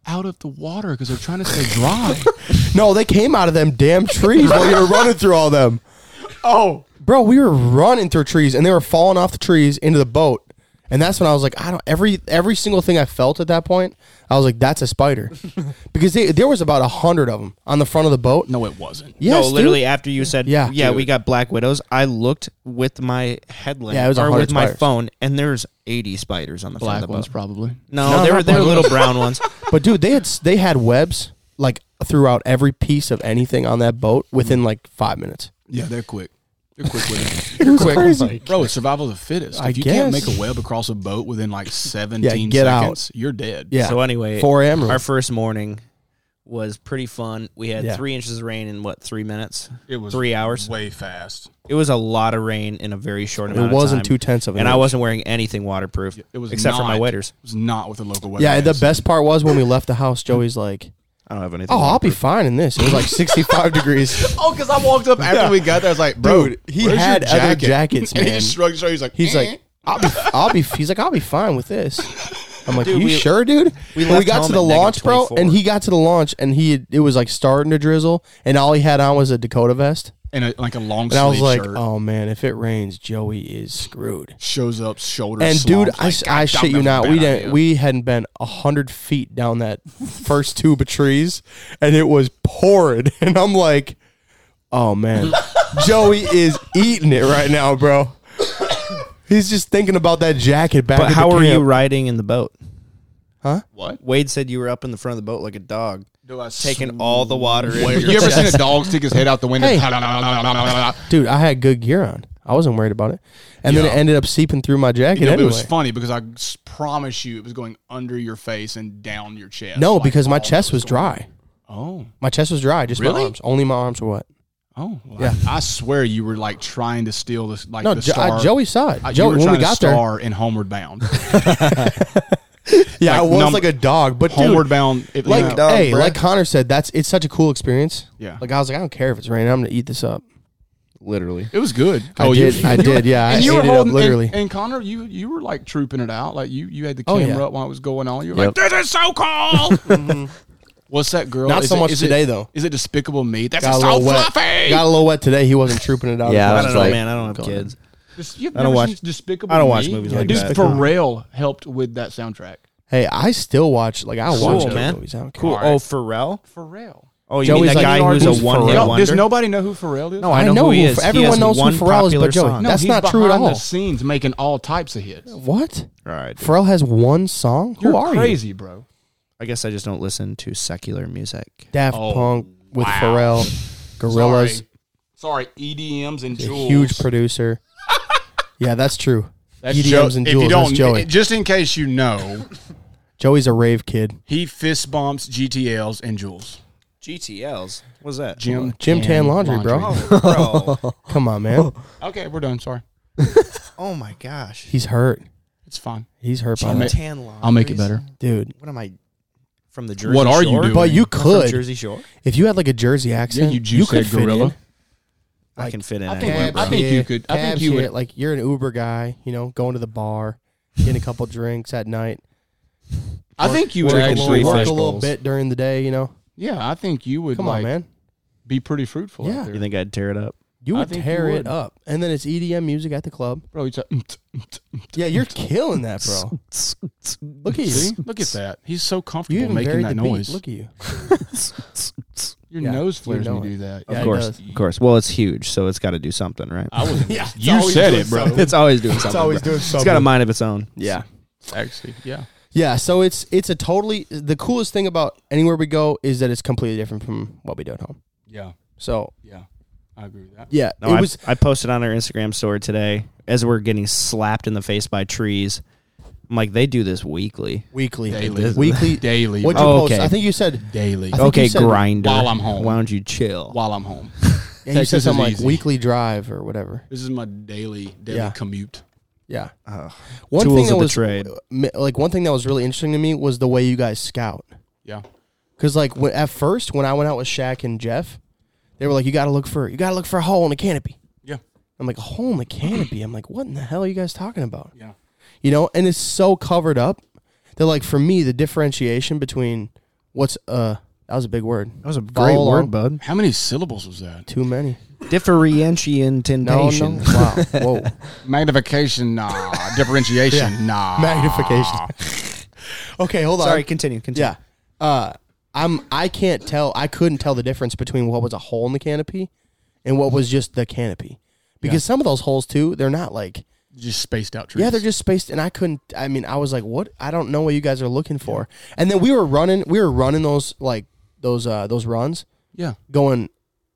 Out of the water because they're trying to stay dry.
no, they came out of them damn trees while you were running through all them.
[laughs] oh,
Bro, we were running through trees and they were falling off the trees into the boat. And that's when I was like, I don't every every single thing I felt at that point, I was like, that's a
[laughs]
spider, because they, there was about a hundred of them on the front of the boat.
no, it wasn't.
Yes,
no,
dude.
literally after you said,
Yeah.
yeah, we got black widows. I looked with my headlamp
Yeah, it was
or
100
with my
spiders.
phone, and there's 80 spiders on the front
Black
of the
ones,
boat.
probably.
No, they were
not
they were
black
little brown ones.
But dude, they had s- they had webs like throughout every piece of anything on that boat within like five minutes.
Yeah, they're quick. They're quick
[laughs]
with it.
It was
quick.
crazy.
Bro, it's survival of the fittest. If
I
you can't
guess.
make a web across a boat within like 17
get out.
seconds, you're dead.
[laughs] Yeah.
So anyway,
4 a.m.
Our first morning was pretty fun. We had
Yeah.
three inches of rain in what three minutes?
It was
three hours.
Way fast.
It was a lot of rain in a very short amount. of
wasn't
time.
two tenths of an
and I
inch.
wasn't wearing anything waterproof.
It was
except for my
not-
waders.
It was not with the local weather.
Yeah, the best part was when we left the house. Joey's like,
I don't have anything.
"Oh, I'll be
waterproof.
fine in this." It
[laughs]
was like 65 degrees.
Oh, because I walked up after we got there. I was like, bro,
Dude, he
where's your
had other
jacket?
jackets,
[laughs] And he
man.
just shrugged his shoulders. He's like,
He's
"Eh."
like, "I'll be, I'll be." He's like, "I'll be fine with this." I'm like,
Dude,
"You
we-
sure, dude?"
we
And we
left
got
home
to the
at negative
launch, bro,
24.
and he got to the launch, and he it was like starting to drizzle, and all he had on was a Dakota vest.
and a, like a long
And I was
sleeve
like,
shirt.
oh man, if it rains, Joey is screwed.
shows up, shoulders.
And dude,
slumped,
I,
like,
s-
"God,
I
that
shit you
was a
not.
bad
We didn't.
idea."
We hadn't been a hundred feet down that first tube of trees, and it was pouring. [laughs] And I'm like, oh
[laughs]
man, Joey is eating it right now, bro. He's just thinking about that jacket back.
But
at
how
the
were you
camp.
riding in the boat?
what?
Wade said you were up in the front of the boat like a dog,
Do
[laughs]
I
taking all the water.
Wait,
in
you ever seen a dog stick his head out the window? [laughs]
Hey. dude? I had good gear on. I wasn't worried about it. And then
Yeah.
it ended up seeping through my jacket
You know, but
anyway.
It was funny because I s- promise you, it was going under your face and down your chest.
no,
like,
because my
all
chest was
going-
dry.
Oh,
My chest was dry. Just my
Really?
arms. Only my arms were wet.
oh, well,
Yeah.
I, I swear you were like trying to steal this, like
No,
the
Jo- I-
star.
Joey saw it.
Uh, you
Joey,
were
when we
trying to
got there,
star in Homeward [laughs] Bound.
yeah, I
like
was
num-
like a dog. But dude,
Homeward Bound. It,
like
yeah.
Um,
dog,
hey,
bruh.
like Connor said, that's it's such a cool experience.
Yeah.
Like I was like, I don't care if it's raining, I'm gonna eat this up.
Literally.
it was good.
I did,
[laughs]
I did, yeah. I
and Oh, you
ate
were
it
holding,
up literally.
And, and Connor, you you were like trooping it out, like you you had the
Oh,
camera
yeah.
up while it was going on. You were
Yep.
like, "This is so [laughs] cool." Mm-hmm. What's that girl?
Not
Is
so
it-
much
is
today,
it,
though.
Is it Despicable Me? That's
Got a
so
little wet.
fluffy.
Got a little wet today. He wasn't trooping it out.
Yeah,
I
I
don't
was
know,
like-
man. I don't have kids.
Just- you've
I don't
never
watch-
seen Despicable
I don't
Me?
watch movies like
Dude,
that.
Pharrell helped with that soundtrack.
hey, I still watch. Like I watch those
man.
movies. I don't care.
Cool. Oh, Pharrell.
Pharrell.
Oh, you
Joey's
mean that
like,
guy
you know
who's
who's
a one hit
Pharrell?
No, does
wonder?
nobody know who Pharrell is?
No, I know, who he is. He
Everyone
has
knows
one
who Pharrell is,
popular
but Joey,
song.
that's
he's
not true at
behind
all.
The scenes making all types of hits.
What?
All right.
Pharrell has one song.
You're
Who are
crazy, bro.
I guess I just don't listen to secular music.
you? Daft
Oh,
Punk with
wow.
Pharrell, Gorillas,
Sorry, Sorry, EDMs and
a
Jules.
huge producer. yeah, that's true.
That's
EDMs
Joe-
and
if you
Jules. That's
don't-
Joey.
Just in case you know,
Joey's a rave kid.
he fist bumps GTLs and Jules.
GTLs. What's that?
Jim
Jim Tan Laundry, bro.
Oh, bro.
[laughs] Come on,
[laughs]
man.
Okay, we're done. Sorry,
oh my gosh.
He's hurt.
it's fine.
He's hurt by
Jim
that.
make-
Tan laundries.
I'll make it better.
dude.
What am I from the Jersey?
what are
Shore?
you doing?
But you
I'm from
could,
Jersey Shore.
if you had like a Jersey accent,
you
you,
juice
could
head
fit
gorilla.
in.
I can fit in.
I think-
anywhere,
I
bro.
think- you could- I think
cabs
you would-
here, Like you're an Uber guy, you know, going to the bar, getting a couple drinks at night.
I think you
work
would
a little-
actually.
work
fish
a little
bowls.
bit during the day. You know,
Yeah, I think you would.
come
like,
on, man.
Be pretty fruitful.
Yeah.
out there.
You think I'd tear it up?
You
I
would
think
tear
you
it
would.
up, and then it's EDM music at the club.
bro. He's like, [laughs] "Mm, mm, mm."
Yeah,
[laughs]
you're killing that, bro. Look at you.
See? look at that. He's so
You
comfortable
even
making
buried
that
the
noise.
beat. Look at you.
Your
Yeah,
nose
you
flares
know
when you
it.
do that.
Of
Of
Yeah, it
course,
does.
of course. Well, it's huge, so it's got to do something, right?
[laughs]
I was.
Yeah, it's
you
always
said
doing
it, bro.
something.
[laughs] It's always doing something.
It's always
bro.
doing
It's
something.
got a mind of its own.
Yeah.
Actually, yeah.
Yeah, so it's it's a totally the coolest thing about anywhere we go is that it's completely different from what we do at home.
Yeah.
So
Yeah. I agree with that.
yeah,
No,
it
I,
was
I posted on our Instagram story today as we're getting slapped in the face by trees. I'm like, they do this weekly.
weekly,
Daily.
weekly.
[laughs] Daily.
What'd
bro.
you
Oh,
post?
okay.
I think you said
Daily.
I think
Okay,
you said-
grinder.
While I'm home.
Why don't you
Oh.
chill?
While
[laughs]
I'm home.
yeah, you
Texas
said
is
something like
easy.
weekly drive or whatever.
This is my daily daily
Yeah.
commute.
Yeah. one
Tools
thing that
of the
was
trade.
mi- like one thing that was really interesting to me was the way you guys scout.
Yeah.
Cause like when, at first when I went out with Shaq and Jeff, they were like, "You got to look for you got to look for a hole in the canopy."
Yeah.
I'm like, "A hole in the canopy?" I'm like, "What in the hell are you guys talking about?"
Yeah.
you know and it's so covered up that like for me the differentiation between what's uh that was a big word
That was a
Follow
great
along.
word, bud.
How many syllables was that?
too many
Differentiation
no no
temptation.
wow
[laughs]
whoa
Magnification, nah.
[laughs]
Differentiation, nah.
magnification okay hold on
Sorry, continue. Continue.
yeah uh i'm i can't tell i couldn't tell the difference between what was a hole in the canopy and what was just the canopy because some of those holes too they're not like
Just spaced out trees.
Yeah, they're just spaced, and I couldn't. I mean, I was like, "What? I don't know what you guys are looking for." And then we were running, we were running those like those uh those runs,
yeah.
going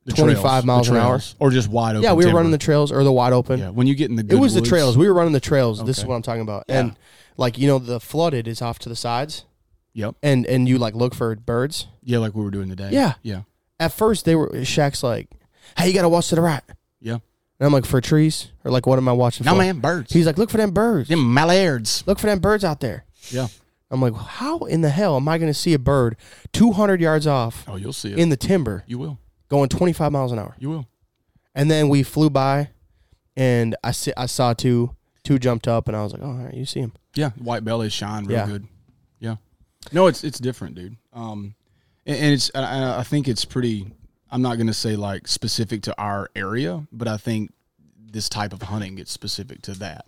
The
25
trails, the
miles an hour.
trails, or just wide open.
yeah, we were
timber.
running the trails or the wide open.
Yeah, when you get in the
it
good
was the
woods-
trails. We were running the trails. This is
Okay.
what I'm talking about.
Yeah.
And like you know, the flooded is off to the sides,
Yep.
and and you like look for birds.
Yeah, like we were doing today.
Yeah.
Yeah.
At first, they were Shaq's like, "Hey, you gotta watch to the right."
Yeah.
And I'm like, "For trees or like what am I watching?"
No
for?
man, birds.
He's like, "Look for them birds.
them mallards.
Look for them birds out there."
Yeah.
I'm like, how in the hell am I going to see a bird 200 yards off
Oh, you'll see it.
in the timber
you will.
going 25 miles an hour?
You will.
And then we flew by, and I si- I saw two two jumped up, and I was like, oh, all right, you see him?
Yeah, white bellies shine real
Yeah.
good. Yeah, no, it's it's different, dude. Um, and, and it's I- I, I think it's pretty. I- I'm not going to say like specific to our area, but I think this type of hunting gets specific to that.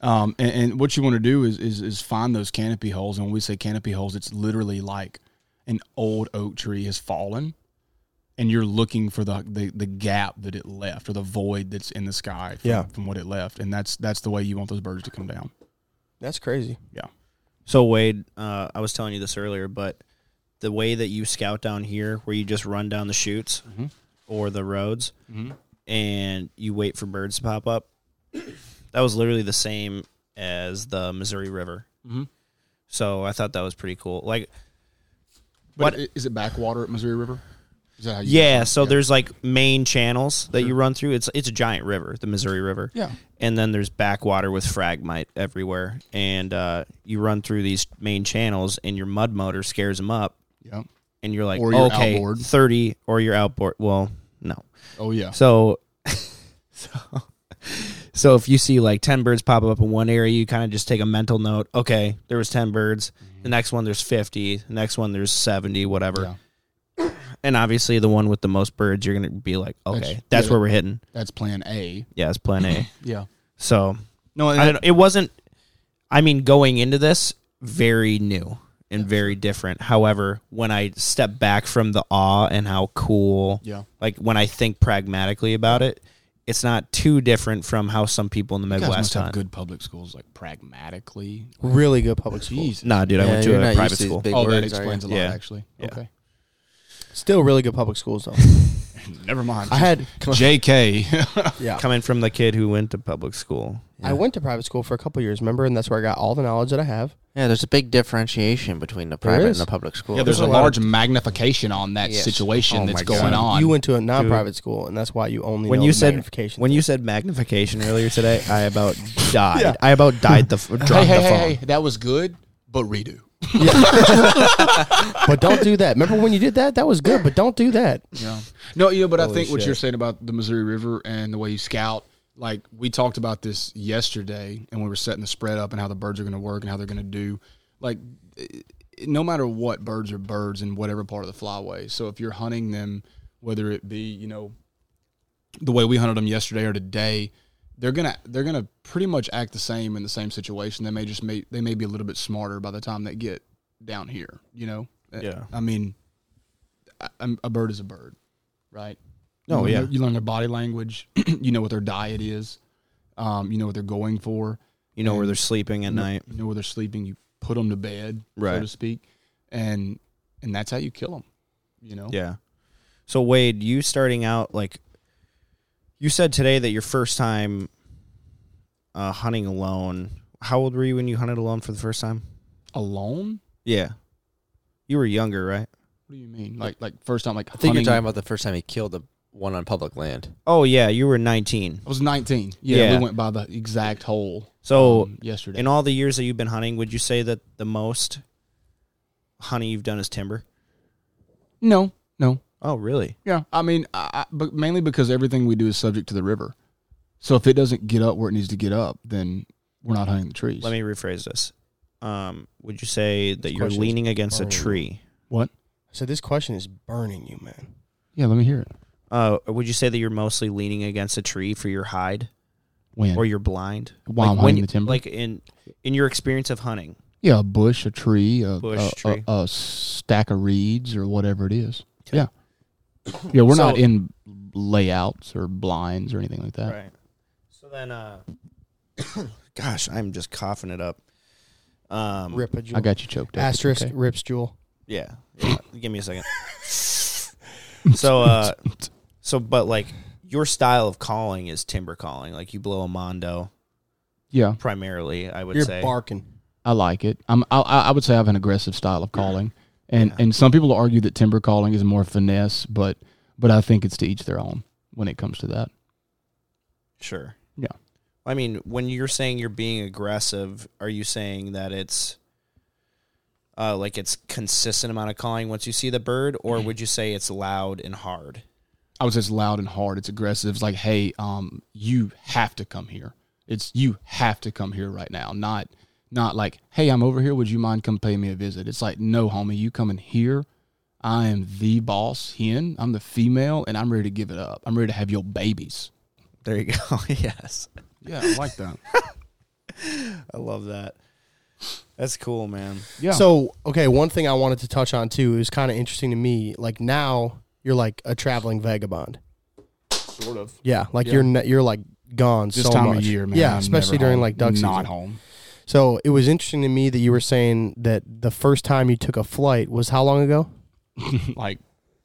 Um, and, and what you want to do is, is is find those canopy holes. And when we say canopy holes, it's literally like an old oak tree has fallen, and you're looking for the the, the gap that it left or the void that's in the sky from,
Yeah.
from what it left. And that's that's the way you want those birds to come down.
That's crazy.
Yeah.
So Wade, uh, I was telling you this earlier, but the way that you scout down here, where you just run down the chutes or the roads, and you wait for birds to pop up, that was literally the same as the Missouri River. So I thought that was pretty cool. Like,
But
What-
i- is it backwater at Missouri River? Is that how you
yeah. So there's like main channels that you run through. It's it's a giant river, the Missouri River.
Yeah.
and then there's backwater with fragmite everywhere. And uh, you run through these main channels, and your mud motor scares them up,
Yeah.
and you're like,
Or you're
okay,
outboard.
thirty, or you're outboard. Well, no.
Oh yeah.
So, [laughs] so, so if you see like ten birds pop up in one area, you kind of just take a mental note. Okay, there was ten birds.
Mm-hmm.
The next one there's fifty. The next one there's seventy, whatever.
Yeah.
And obviously, the one with the most birds, you're gonna be like, okay,
That's-
that's,
yeah.
where we're hitting.
That's plan A.
Yeah, it's
[laughs]
plan A.
Yeah.
so
No, and
I don't know. It wasn't. I mean, going into this, very new and very different. However, when I step back from the awe and how cool,
Yeah.
like when I think pragmatically about it, it's not too different from how some people in the
you guys
Midwest
must have
hunt.
good public schools, like pragmatically.
Really good public school.
Nah, dude, I
Yeah,
went
you're
to
not
a
used
private
to these
school.
big
Oh, that
words, are
explains a
you?
lot,
Yeah.
actually.
Yeah.
Okay. [laughs]
Still really good public schools [laughs] though.
Never mind. [laughs]
I had
JK.
yeah.
Coming from the kid who went to public school.
I went to private school for a couple years, remember, and that's where I got all the knowledge that I have.
Yeah, there's a big differentiation between the
There
private
is.
and the public school.
yeah, there's a
lot
large magnification on that
Yes.
situation
Oh
that's
my
going
God.
on.
You went to a non-private school, and that's why you only
When
know
you
the
said
magnification
when
thing.
you said magnification earlier today, I about died. I about died the f- dropped
hey, hey,
the phone.
hey, hey, that was good, but redo.
but don't do that. Remember when you did that? That was good, but don't do
[laughs]
that.
Yeah. No, you know, but I
Holy
think what
shit.
you're saying about the Missouri River and the way you scout, like we talked about this yesterday, and we were setting the spread up and how the birds are going to work and how they're going to do. Like, it- it- no matter what, birds are birds in whatever part of the flyway. So if you're hunting them, whether it be you know the way we hunted them yesterday or today, they're gonna they're gonna pretty much act the same in the same situation. They may just may they may be a little bit smarter by the time they get down here. You know. Eh,
Yeah.
I mean, I, I'm- a bird is a bird, right?
No,
you learn
yeah.
Their, you learn their body language. [clears throat] you know what their diet is. Um, you know what they're going for.
You know where they're sleeping at
you know,
night.
You know where they're sleeping. You put them to bed, so
Right.
to speak, and and that's how you kill them. You know.
Yeah. So Wade, you starting out like you said today that your first time uh, hunting alone. How old were you when you hunted alone for the first time?
Alone?
Yeah. You were younger, right?
What do you mean? Like like first time like
I think you're
hunting-
talking about the first time he killed a, one on public land.
Oh yeah, you were 19.
I was 19. Yeah,
Yeah.
we went by the exact hole
So
um, yesterday.
in all the years that you've been hunting, would you say that the most hunting you've done is timber?
no, no.
Oh, really?
Yeah, I mean, I, I, but mainly because everything we do is subject to the river. So if it doesn't get up where it needs to get up, then we're not hunting the trees.
Let me rephrase this. Um, would you say that you're
question is
leaning against a
borrowed.
tree?
what?
So this question is burning you, man.
Yeah, let me hear it.
Uh, would you say that you're mostly leaning against a tree for your hide?
When?
or you're blind.
While I'm
when
hunting
you-
the timber?
Like in in your experience of hunting.
yeah, a bush, a tree, a,
Bush,
a,
tree.
A, a stack of reeds or whatever it is. Yeah. Yeah, we're not
So-
in layouts or blinds or anything like that.
Right. So then uh [coughs] gosh, I'm just coughing it up. Um
Rip a jewel.
I got you choked up. It's
Asterisk
okay.
rips jewel.
yeah. yeah. Give me a second. [laughs] so uh so but like your style of calling is timber calling. Like you blow a mondo
Yeah,
primarily, I would
You're
say.
barking.
I like it. I'm, I, I I would say I have an aggressive style of calling. And, and some people argue that timber calling is more finesse, but but I think it's to each their own when it comes to that.
Sure.
Yeah.
I mean, when you're saying you're being aggressive, are you saying that it's uh, like it's consistent amount of calling once you see the bird, or would you say it's loud and hard?
I would say it's loud and hard. It's aggressive. It's like, hey, um, you have to come here. It's you have to come here right now. Not not like, hey, I'm over here. Would you mind come pay me a visit? It's like, no, homie, you coming here. I am the boss hen. I'm the female, and I'm ready to give it up. I'm ready to have your babies.
There you go. [laughs] yes.
Yeah, I like that.
I love that. That's cool, man.
[laughs] Yeah.
So, okay, one thing I wanted to touch on too is kind of interesting to me. Like now, you're like a traveling vagabond.
sort of.
Yeah, like you're ne- you're like gone
This
so
time
much.
of year, man.
Yeah,
I'm
especially
never
during
home.
like duck
Not
season. [laughs]
home.
So it was interesting to me that you were saying that the first time you took a flight was how long ago?
like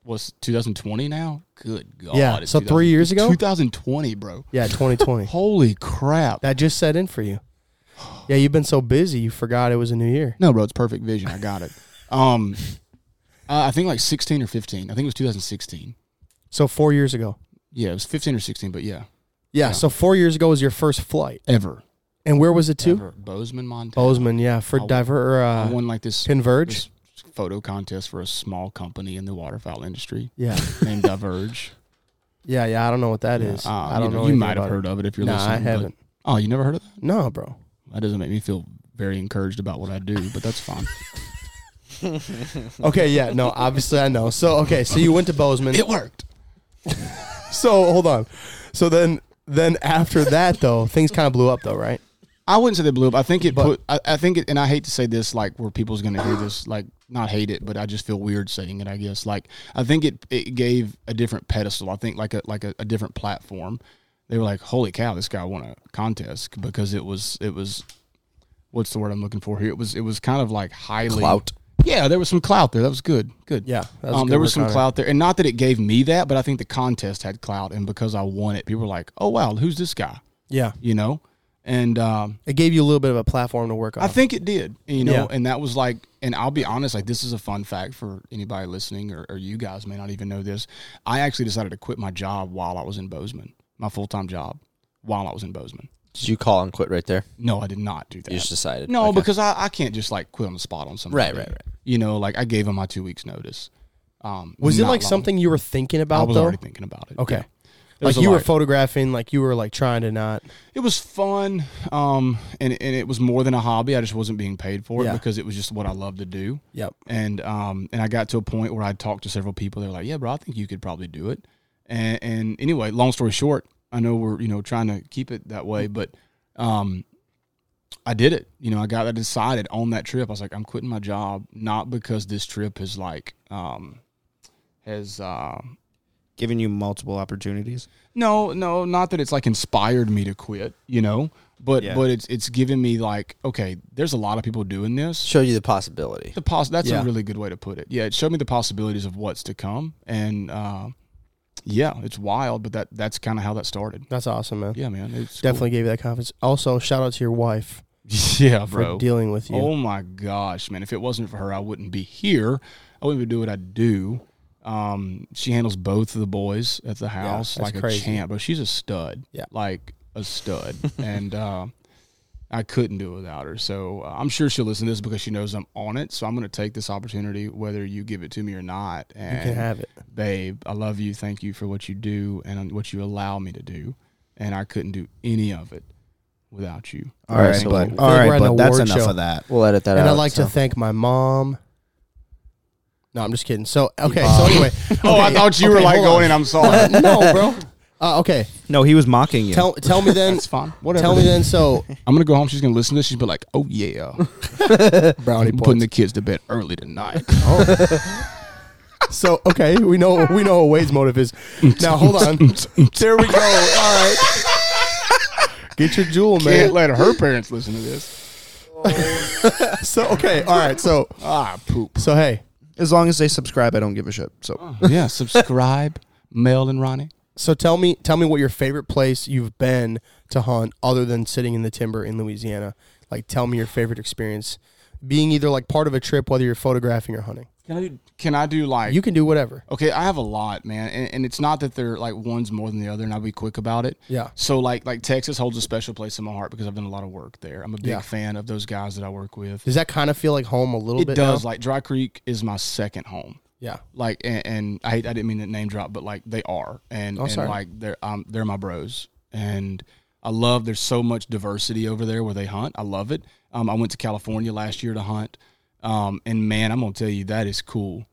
was 2020 now? Good God.
Yeah,
it's
so
2000
three years ago?
2020, bro. [laughs]
Yeah, 2020.
Holy crap.
that just set in for you. Yeah, you've been so busy, you forgot it was a new year.
no, bro, it's perfect vision. I got it.
[laughs]
Um, uh, I think like 16 or 15. I think it was 2016.
So four years ago.
Yeah, it was 15 or 16, but yeah,
Yeah,
Yeah.
so four years ago was your first flight,
ever.
and where was it to?
Ever. Bozeman, Montana.
Bozeman, yeah, for
I-
diver or
I
uh,
won like this,
converge.
this photo contest for a small company in the waterfowl industry
Yeah,
named Diverge.
yeah, yeah. I don't know what [laughs] that is.
Uh,
I don't know.
you know. You
anything
might have
about
heard
it.
of it if you're
Nah,
listening.
I
but-
haven't.
oh, you never heard of that?
No,
[laughs]
bro.
That doesn't make me feel very encouraged about what I do, but
[laughs]
that's fine.
Okay, yeah, no. Obviously, I know. So okay, so you went to Bozeman.
[laughs] it worked.
so hold on. So then, then after that though, things kind of blew up though, right?
I wouldn't say they blew up. I think it
But-
put. I, I think it, and I hate to say this, like where people's going to hear this, like not hate it, but I just feel weird saying it. I guess like I think it it gave a different pedestal. I think like a like a, a different platform. They were like, "Holy cow, this guy won a contest!" Because it was it was, what's the word I'm looking for here? It was it was kind of like highly
Clout.
Yeah, there was some clout there. That was good. Good.
Yeah, that was
um,
good eh?
there was
work
some
on it.
clout there, and not that it gave me that, but I think the contest had clout, and because I won it, people were like, "Oh wow, who's this guy?"
Yeah,
You know, and um,
it gave you a little bit of a platform to work on.
I think it did, you know,
Yeah.
and that was like, and I'll be honest, like this is a fun fact for anybody listening, or, or you guys may not even know this. I actually decided to quit my job while I was in Bozeman, my full time job, while I was in Bozeman.
Did you call and quit right there?
No, I did not do that.
You just decided.
no,
Okay.
because I, I can't just like quit on the spot on something.
Right, right, right.
You know, like I gave him my two weeks notice. Um,
was it
not
like
long.
something you were thinking
I
about
was
though?
already thinking about it?
Okay.
yeah. It
Like
was a
you were
lot.
photographing, like you were like trying to not.
it was fun um and, and it was more than a hobby i just wasn't being paid for it
Yeah.
because it was just what i love to do
Yep.
and um and i got to a point where i talked to several people they were like yeah bro i think you could probably do it and and anyway long story short i know we're you know trying to keep it that way but um i did it you know i got I decided on that trip i was like i'm quitting my job not because this trip is like um has uh
Giving you multiple opportunities.
no, no, not that it's like inspired me to quit, you know, but
Yeah.
but it's it's given me like, okay, there's a lot of people doing this.
showed you the possibility.
The poss- that's
Yeah.
a really good way to put it. Yeah, it showed me the possibilities of what's to come, and uh, yeah, it's wild, but that that's kind of how that started.
That's awesome, man.
Yeah, man, it's cool.
Definitely gave you that confidence. Also, shout out to your wife
[laughs] yeah,
for
bro.
dealing with you.
Oh my gosh, man! If it wasn't for her, I wouldn't be here. I wouldn't even do what I do. Um, she handles both of the boys at the house
that's
like
crazy.
a champ, but she's a stud.
Yeah.
like
[laughs]
a stud, and uh, I couldn't do it without her. So uh, I'm sure she'll listen to this because she knows I'm on it. So I'm going to take this opportunity, whether you give it to me or not. And
you can have it.
babe, I love you. Thank you for what you do and um, what you allow me to do. And I couldn't do any of it without you.
Uh,
All right,
So-
bud.
All
All
right,
right,
we're on an
bud. That's
award
enough
show.
of that.
We'll edit that out.
and I'd like
so.
to thank my mom. No, I'm just kidding. So okay, so
[laughs]
anyway.
Oh, I thought you were
Okay,
like
hold on.
going.
[laughs]
I'm sorry.
no,
[laughs]
bro. Uh, okay,
No, he was mocking you.
tell tell me then.
That's fine.
[laughs]
Whatever.
tell me then.
[laughs]
So
I'm gonna go home. She's gonna listen to this. She's be like, "Oh [laughs] yeah,
brownie
I'm putting
points.
the kids to bed early [laughs] tonight."
so okay, we know we know what Wade's motive is. Now hold on. there we go. All right.
[laughs]
Get your jewel, man.
Can't let her parents listen to this.
So okay, all right. So
Ah, poop.
so hey,
As long as they subscribe, I don't give a shit. So
Uh-huh. Yeah, subscribe, Mel and Ronnie.
so tell me tell me what your favorite place you've been to hunt other than sitting in the timber in Louisiana. Like tell me your favorite experience being either like part of a trip whether you're photographing or hunting.
Can I do? Can I do like?
You can do whatever.
okay, I have a lot, man, and, and it's not that they're like one's more than the other, and I'll be quick about it.
Yeah.
So like like Texas holds a special place in my heart because I've done a lot of work there. I'm a big
Yeah.
fan of those guys that I work with.
Does that kind of feel like home a little
It
bit?
does.
now?
Like Dry Creek is my second home.
yeah.
like and, and I hate I didn't mean to name drop, but like they are and, and
Oh, sorry.
like they're um they're my bros and I love there's so much diversity over there where they hunt. I love it. Um, I went to California last year to hunt, um, and man, I'm gonna tell you that is cool.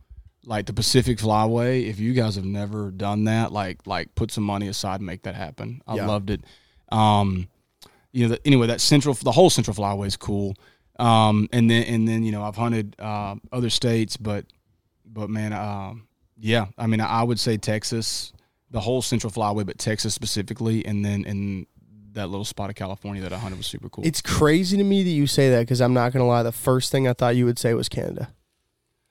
like the Pacific Flyway. If you guys have never done that, like like put some money aside and make that happen. I
Yeah.
loved it. Um, you know, the, anyway, that central, the whole central flyway is cool. Um, and then and then you know I've hunted uh, other states, but but man, um, yeah, I mean I would say Texas, the whole central flyway, but Texas specifically, and then and that little spot of California that I hunted was super cool.
It's crazy to me that you say that because I'm not gonna lie. The first thing I thought you would say was Canada.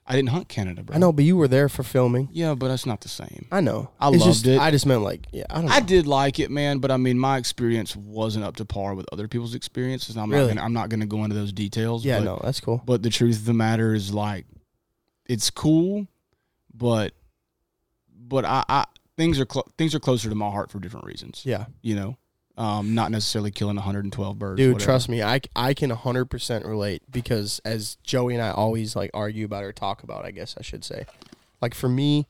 I didn't hunt Canada, bro.
I know, but you were there for filming.
Yeah, but that's not the same.
I know.
I
It's
loved
just-
it.
I just meant like, yeah, I don't.
I
know.
did like it, man, but I mean, my experience wasn't up to par with other people's experiences. and I'm
Really?
not gonna, I'm not going to go into those details.
yeah,
but,
no, that's cool.
But the truth of the matter is, like, it's cool, but but I, I things are clo- things are closer to my heart for different reasons.
Yeah,
You know, um, not necessarily killing 112 birds.
dude,
whatever.
trust me, I I can 100 percent relate because as Joey and I always like argue about or talk about, I guess I should say, like for me,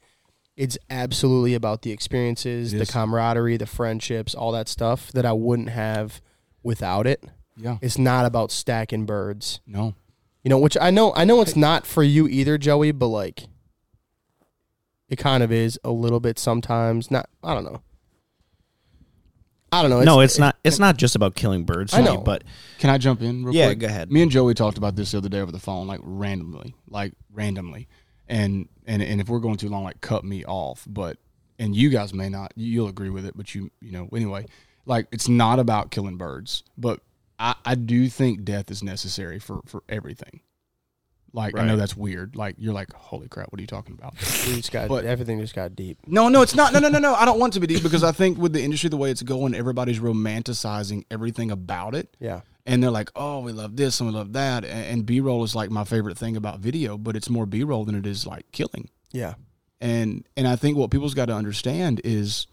it's absolutely about the experiences,
It
the
is.
camaraderie, the friendships, all that stuff that I wouldn't have without it.
Yeah.
It's not about stacking birds.
No.
You know, which I know I know it's not for you either, Joey, but like it kind of is a little bit sometimes. Not I don't know. I don't know.
no, it's not. It's not just about killing birds.
I
for me,
know.
but
Can I jump in real
Yeah,
quick?
go ahead.
Me and Joey talked about this the other day over the phone, like randomly, like randomly. And and and if we're going too long, like cut me off. But and you guys may not, you- you'll agree with it, but you you know anyway, like it's not about killing birds, but I I do think death is necessary for for everything. Like I know
Right.
that's weird. Like you're like, holy crap, what are you talking about?
We just got
But-
everything just got deep.
No, no, it's not. No, no, no, no. I don't want to be deep because I think with the industry the way it's going, everybody's romanticizing everything about it
Yeah.
and they're like, "Oh, we love this and we love that." And, and B-roll is like my favorite thing about video, but it's more B-roll than it is like killing.
Yeah.
And and I think what people's got to understand is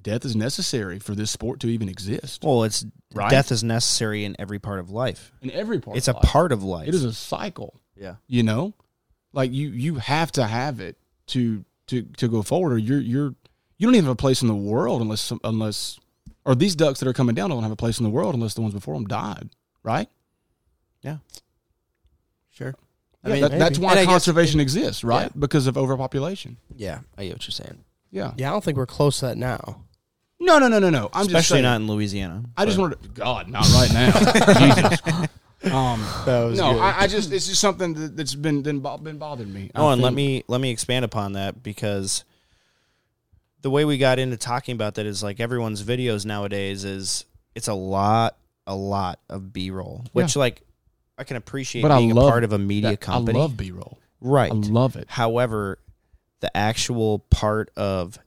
death is necessary for this sport to even exist.
well, it's
Right.
death is necessary in every part of life.
In every part,
it's a
of life.
part of life.
It is a cycle.
Yeah.
You know, like you you have to have it to to to go forward, or you're you're you don't even have a place in the world unless some, unless or these ducks that are coming down don't have a place in the world unless the ones before them died, right?
Sure.
I
I
Yeah,
mean,
mean-
That, that's
Maybe.
And I
why
guess-
conservation exists, right? Because of overpopulation.
yeah, I get what you're saying.
Yeah.
Yeah, I don't think we're close to that now.
No, no, no, no, no. I'm just
especially
saying,
not in Louisiana.
I just wanted. To, God, not
[laughs]
right now. Jesus. Um,
That was
no, I, I just it's just something that, that's been been, bo- been bothering me.
Oh,
I
and let
think-
me let me expand upon that because the way we got into talking about that is like everyone's videos nowadays is it's a lot a lot of B roll, which like I can appreciate
But I
being a
love
part of a media
that-
company.
I love B-roll.
right.
I love it.
However, the actual part of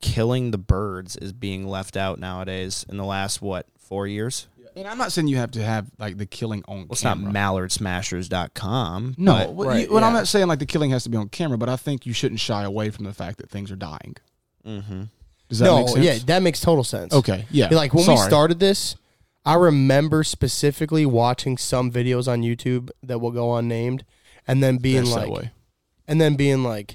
killing the birds is being left out nowadays in the last what, 4 years?
And I'm not saying you have to have like the killing on.
Well, it's
camera.
not mallardsmashers.com.
No,
but-
well,
Right,
you, well, I'm
yeah.
not saying like the killing has to be on camera, but I think you shouldn't shy away from the fact that things are dying.
Mhm.
Does that make
no,
sense?
yeah, that makes total sense.
Okay. Yeah.
Like when we
Sorry.
started this, I remember specifically watching some videos on YouTube that will go unnamed and then being
That's that
like
way.
and then being like,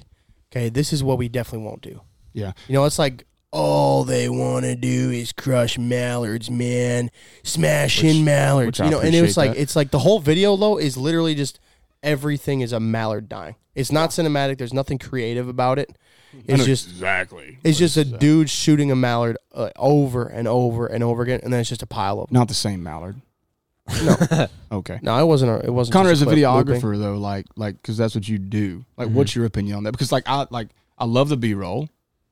Okay, this is what we definitely won't do.
Yeah.
You know, it's like all they want to do is crush mallards, man, smashing
Which-
mallards.
which I
you know, and it was
appreciate
like
that.
it's like the whole video though is literally just everything is a mallard dying. It's not cinematic. There's nothing creative about it. It's just
exactly.
it's just a dude shooting a mallard uh, over and over and over again, and then it's just a pile of. Them.
Not the same Mallard. No. okay.
No, it wasn't. A, it wasn't.
Connor
just
is a
clip
videographer
looping.
though, like like because that's what you do. Like, what's your opinion on that? Because like I like I love the B roll.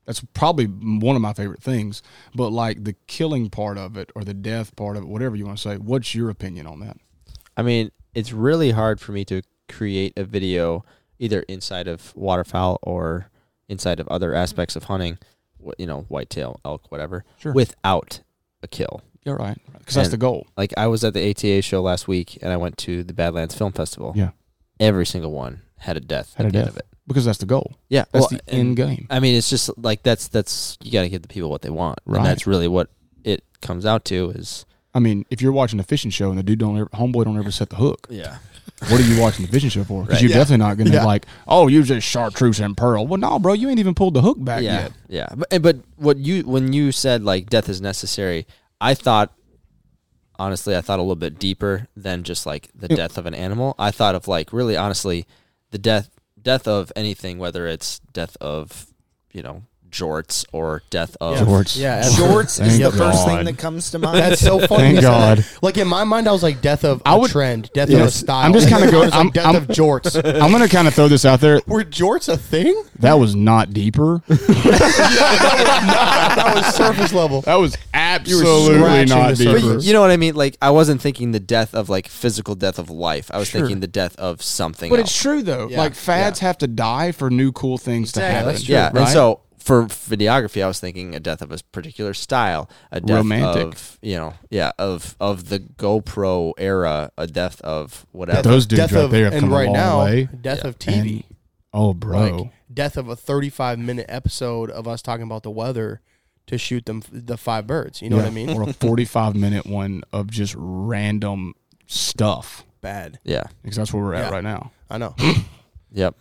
That's probably one of my favorite things. But like the killing part of it or the death part of it, whatever you want to say, what's your opinion on that?
[laughs] I mean, it's really hard for me to create a video either inside of waterfowl or inside of other aspects of hunting, wh- you know, whitetail, elk, whatever,
Sure.
without a kill.
You're right. Because that's
And-
the goal.
Like I was at the ATA show last week and I went to the Badlands Film Festival.
Yeah.
Every single one had a death
Had
at
a
the end
death.
of it.
Because that's the goal.
Yeah.
That's
well,
the
and-
end game.
I mean, it's just like that's that's you got to give the people what they want,
Right.
and that's really what it comes out to is
I mean, if you're watching a fishing show and the dude don't ever, homeboy don't ever set the hook,
yeah.
[laughs] what are you watching the fishing show for? Because
Right.
you're
Yeah.
definitely not gonna
Yeah.
like, oh, you just chartreuse and pearl. Well, no, bro, you ain't even pulled the hook back
yeah,
yet.
yeah. But eh, but what you when you said like death is necessary, I thought honestly, I thought a little bit deeper than just like the death of an animal. I thought of like really honestly, the death death of anything, whether it's death of you know jorts or death of
Jorts.
Yeah,
Shorts is
Thank
the first
God.
thing that comes to mind.
That's so funny.
Thank
you said that.
God.
Like in my mind, I was like death of a
I would-
trend, death of a
Yes.
style.
I'm just
[laughs]
kinda
I
go-
was like,
I'm-
death
I'm-
of
[laughs]
jorts.
I'm gonna kind of throw this out there.
Were jorts a thing?
That was not deeper.
That
[laughs]
was surface level.
That was
scratching
absolutely
the
not
surface.
deeper.
But [laughs] you know what I mean? Like I wasn't thinking the death of like physical death of life. I was thinking the death of something.
But
else.
it's true though.
Yeah.
Like fads have to die for new cool things to happen.
that's true,
yeah.
right?
And so for videography, I was thinking a death of a particular style, a death
Romantic.
of you know, yeah, of of the GoPro era, a death of whatever.
those dudes
death
right
of
there have
and
come a
right
long
now,
way.
death of
And-
TV.
oh, bro.
Like death of a 35 minute episode of us talking about the weather to shoot them the five birds. You know what I mean?
[laughs] or a 45 minute one of just random stuff
Bad.
yeah.
because that's where we're at
Yeah.
right now.
I know.
Yep.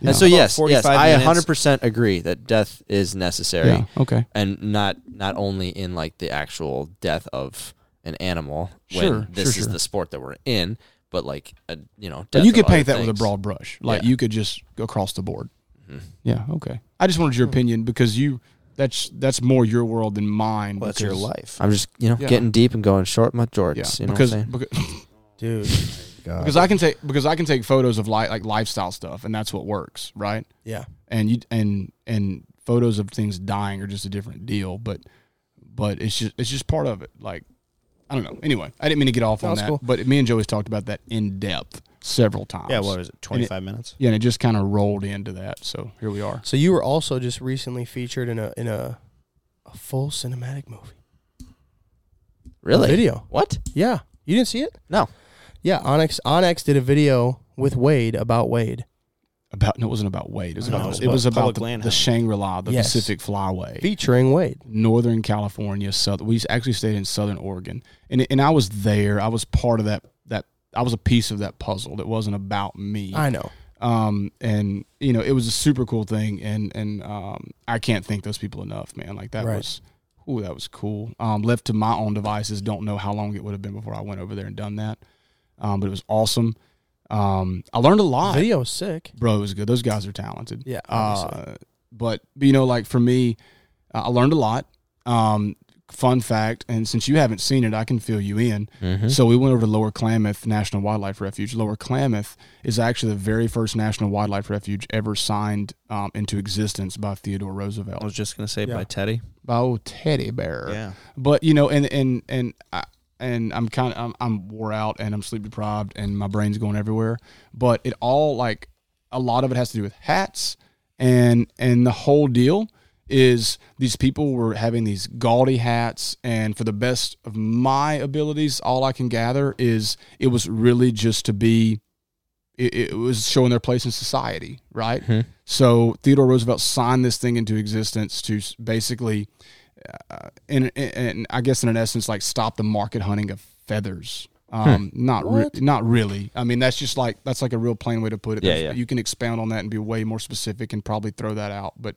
And so yes, yes,
45
I
minutes.
100% agree that death is necessary.
Yeah. Okay.
and not not only in like the actual death of an animal
Sure,
when this
sure,
is
sure.
the sport that we're in, but like a you know,
But
death
you
of
could paint
other
that with a
things. Mm-hmm.
broad brush. Like
Yeah.
you could just go across the board. Yeah. Okay. I just wanted your opinion because you that's that's more your world than mine.
Well, that's your
because-
life.
I'm just you know
Yeah.
getting deep and going short my jorts.
Yeah.
you know
because
what I'm saying?
because
Dude.
because I can take because I can take photos of li- like lifestyle stuff and that's what works, right?
Yeah.
And you and and photos of things dying are just a different deal, but but it's just it's just part of it. Like I don't know. Anyway, I didn't mean to get off on
it's
that,
cool.
but me and Joey's talked about that in depth several times.
yeah, what was it? Twenty five minutes.
Yeah, and it just kind of rolled into that. So here we are.
So you were also just recently featured in a in a, a full cinematic movie.
Really?
video.
What?
Yeah. You didn't see it?
No.
Yeah, Onyx Onyx did a video with Wade about Wade.
About no, it wasn't about Wade. It was
No,
about
it was
it was
about
about
public
the,
land
the
house.
Shangri La, the
Yes.
Pacific Flyway.
Featuring Wade.
Northern California, Southern. We actually stayed in Southern Oregon, and and I was there. I was part of that that I was a piece of that puzzle that wasn't about me.
I know.
Um, and you know, it was a super cool thing, and and um, I can't thank those people enough, man. Like that
Right.
was, ooh, that was cool. Um, left to my own devices, don't know how long it would have been before I went over there and done that. Um, but it was awesome. Um, I learned a lot
Video was sick.
bro, it was good. Those guys are talented.
Yeah, obviously.
Uh, but but, you know, like for me, uh, I learned a lot. Um, fun fact, and since you haven't seen it, I can fill you in. So we went over to Lower Klamath National Wildlife Refuge. Lower Klamath is actually the very first national wildlife refuge ever signed um, into existence by Theodore Roosevelt.
I was just gonna say
Yeah.
by Teddy.
by old teddy bear
Yeah.
but you know and and and I, and I'm kind of I'm, I'm wore out and I'm sleep deprived and my brain's going everywhere but it all like a lot of it has to do with hats and and the whole deal is these people were having these gaudy hats and for the best of my abilities all I can gather is it was really just to be it, it was showing their place in society right
Hmm.
so Theodore Roosevelt signed this thing into existence to s- basically uh, in, in, in I guess in an essence, like stop the market hunting of feathers.
Hmm.
Um, Not re- not really. I mean, that's just like that's like a real plain way to put it.
Yeah,
There's-
yeah.
You can expound on that and be way more specific, and probably throw that out. But,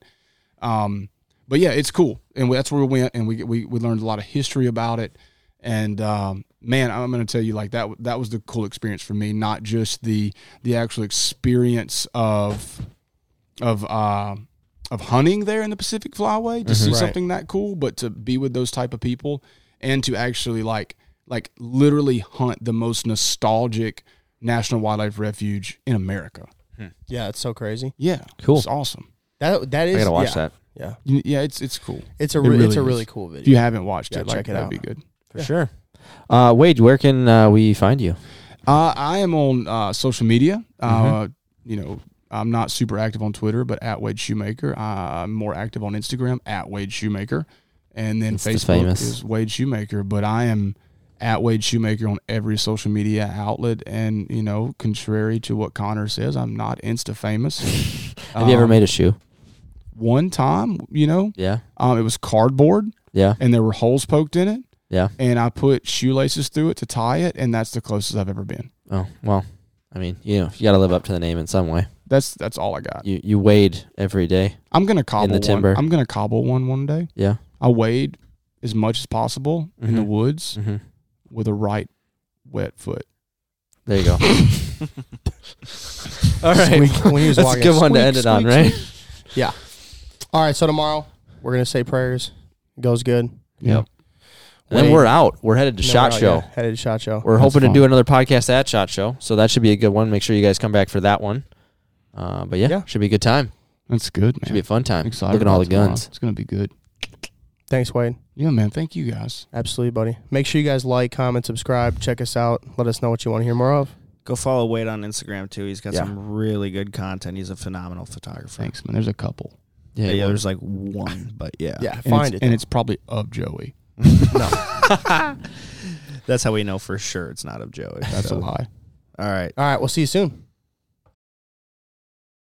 um, but yeah, it's cool, and that's where we went, and we we we learned a lot of history about it. And um, man, I'm going to tell you, like that that was the cool experience for me. Not just the the actual experience of of uh, of hunting there in the Pacific Flyway to see
Mm-hmm. Right.
something that cool, but to be with those type of people and to actually like like literally hunt the most nostalgic national wildlife refuge in America.
Yeah, it's so crazy.
Yeah,
Cool.
It's awesome.
That that is
I gotta watch
yeah,
that.
Yeah.
You- Yeah, it's it's cool.
It's a
It
re-
really
it's a
is.
really cool
If you
video.
haven't watched
Yeah,
it, like,
check it
that'd
out.
be good.
For sure. Uh, Wade, where can uh, we find you?
Uh, I am on uh, social media. Uh,
Mm-hmm.
You know, I'm not super active on Twitter, but at Wade Shoemaker. Uh, I'm more active on Instagram at Wade Shoemaker, and then
It's the
Facebook
famous.
is Wade Shoemaker. But I am at Wade Shoemaker on every social media outlet, and you know, contrary to what Connor says, I'm not Insta famous. Um,
Have you ever made a shoe?
one time? You know,
Um, Yeah.
um, it was cardboard,
Yeah.
and there were holes poked in it,
Yeah.
and I put shoelaces through it to tie it, and that's the closest I've ever been.
Oh well. I mean, you know, you got to live up to the name in some way.
That's that's all I got.
You you wade every day.
I'm gonna cobble
timber.
One. I'm gonna cobble one one day.
Yeah.
I wade as much as possible in the
Mhm.
woods
Mm-hmm.
with a right wet foot.
There [coughs] you go. [laughs] All
[laughs]
right.
Squeak when he was
That's a
walking.
good one to
Squeak,
end it on,
squeak,
right?
Yeah. All right. So tomorrow we're gonna say prayers. Goes good.
Yep. And then we're out. We're headed to
No,
Shot
we're out,
Show.
yeah, headed to shot show.
We're
That's
hoping
fun.
to do another podcast at Shot Show, so that should be a good one. Make sure you guys come back for that one. Uh, but yeah,
Yeah.
should be a good time.
That's good, man.
Should be a fun time.
I'm excited
Look at all the
about tomorrow.
guns.
It's gonna be good.
Thanks, Wade.
Yeah, man. Thank you guys.
Absolutely, buddy. Make sure you guys like, comment, subscribe, check us out. Let us know what you want to hear more of.
Go follow Wade on Instagram too. He's got
Yeah.
some really good content. He's a phenomenal photographer.
Thanks, man. There's a couple.
Yeah,
Yeah,
well,
there's like one, but yeah, [laughs]
Yeah,
And
find
it's,
it.
And it's probably of Joey.
[laughs]
that's how we know for sure it's not of Joey.
That's
So,
a lie.
All right.
All right. We'll see you soon.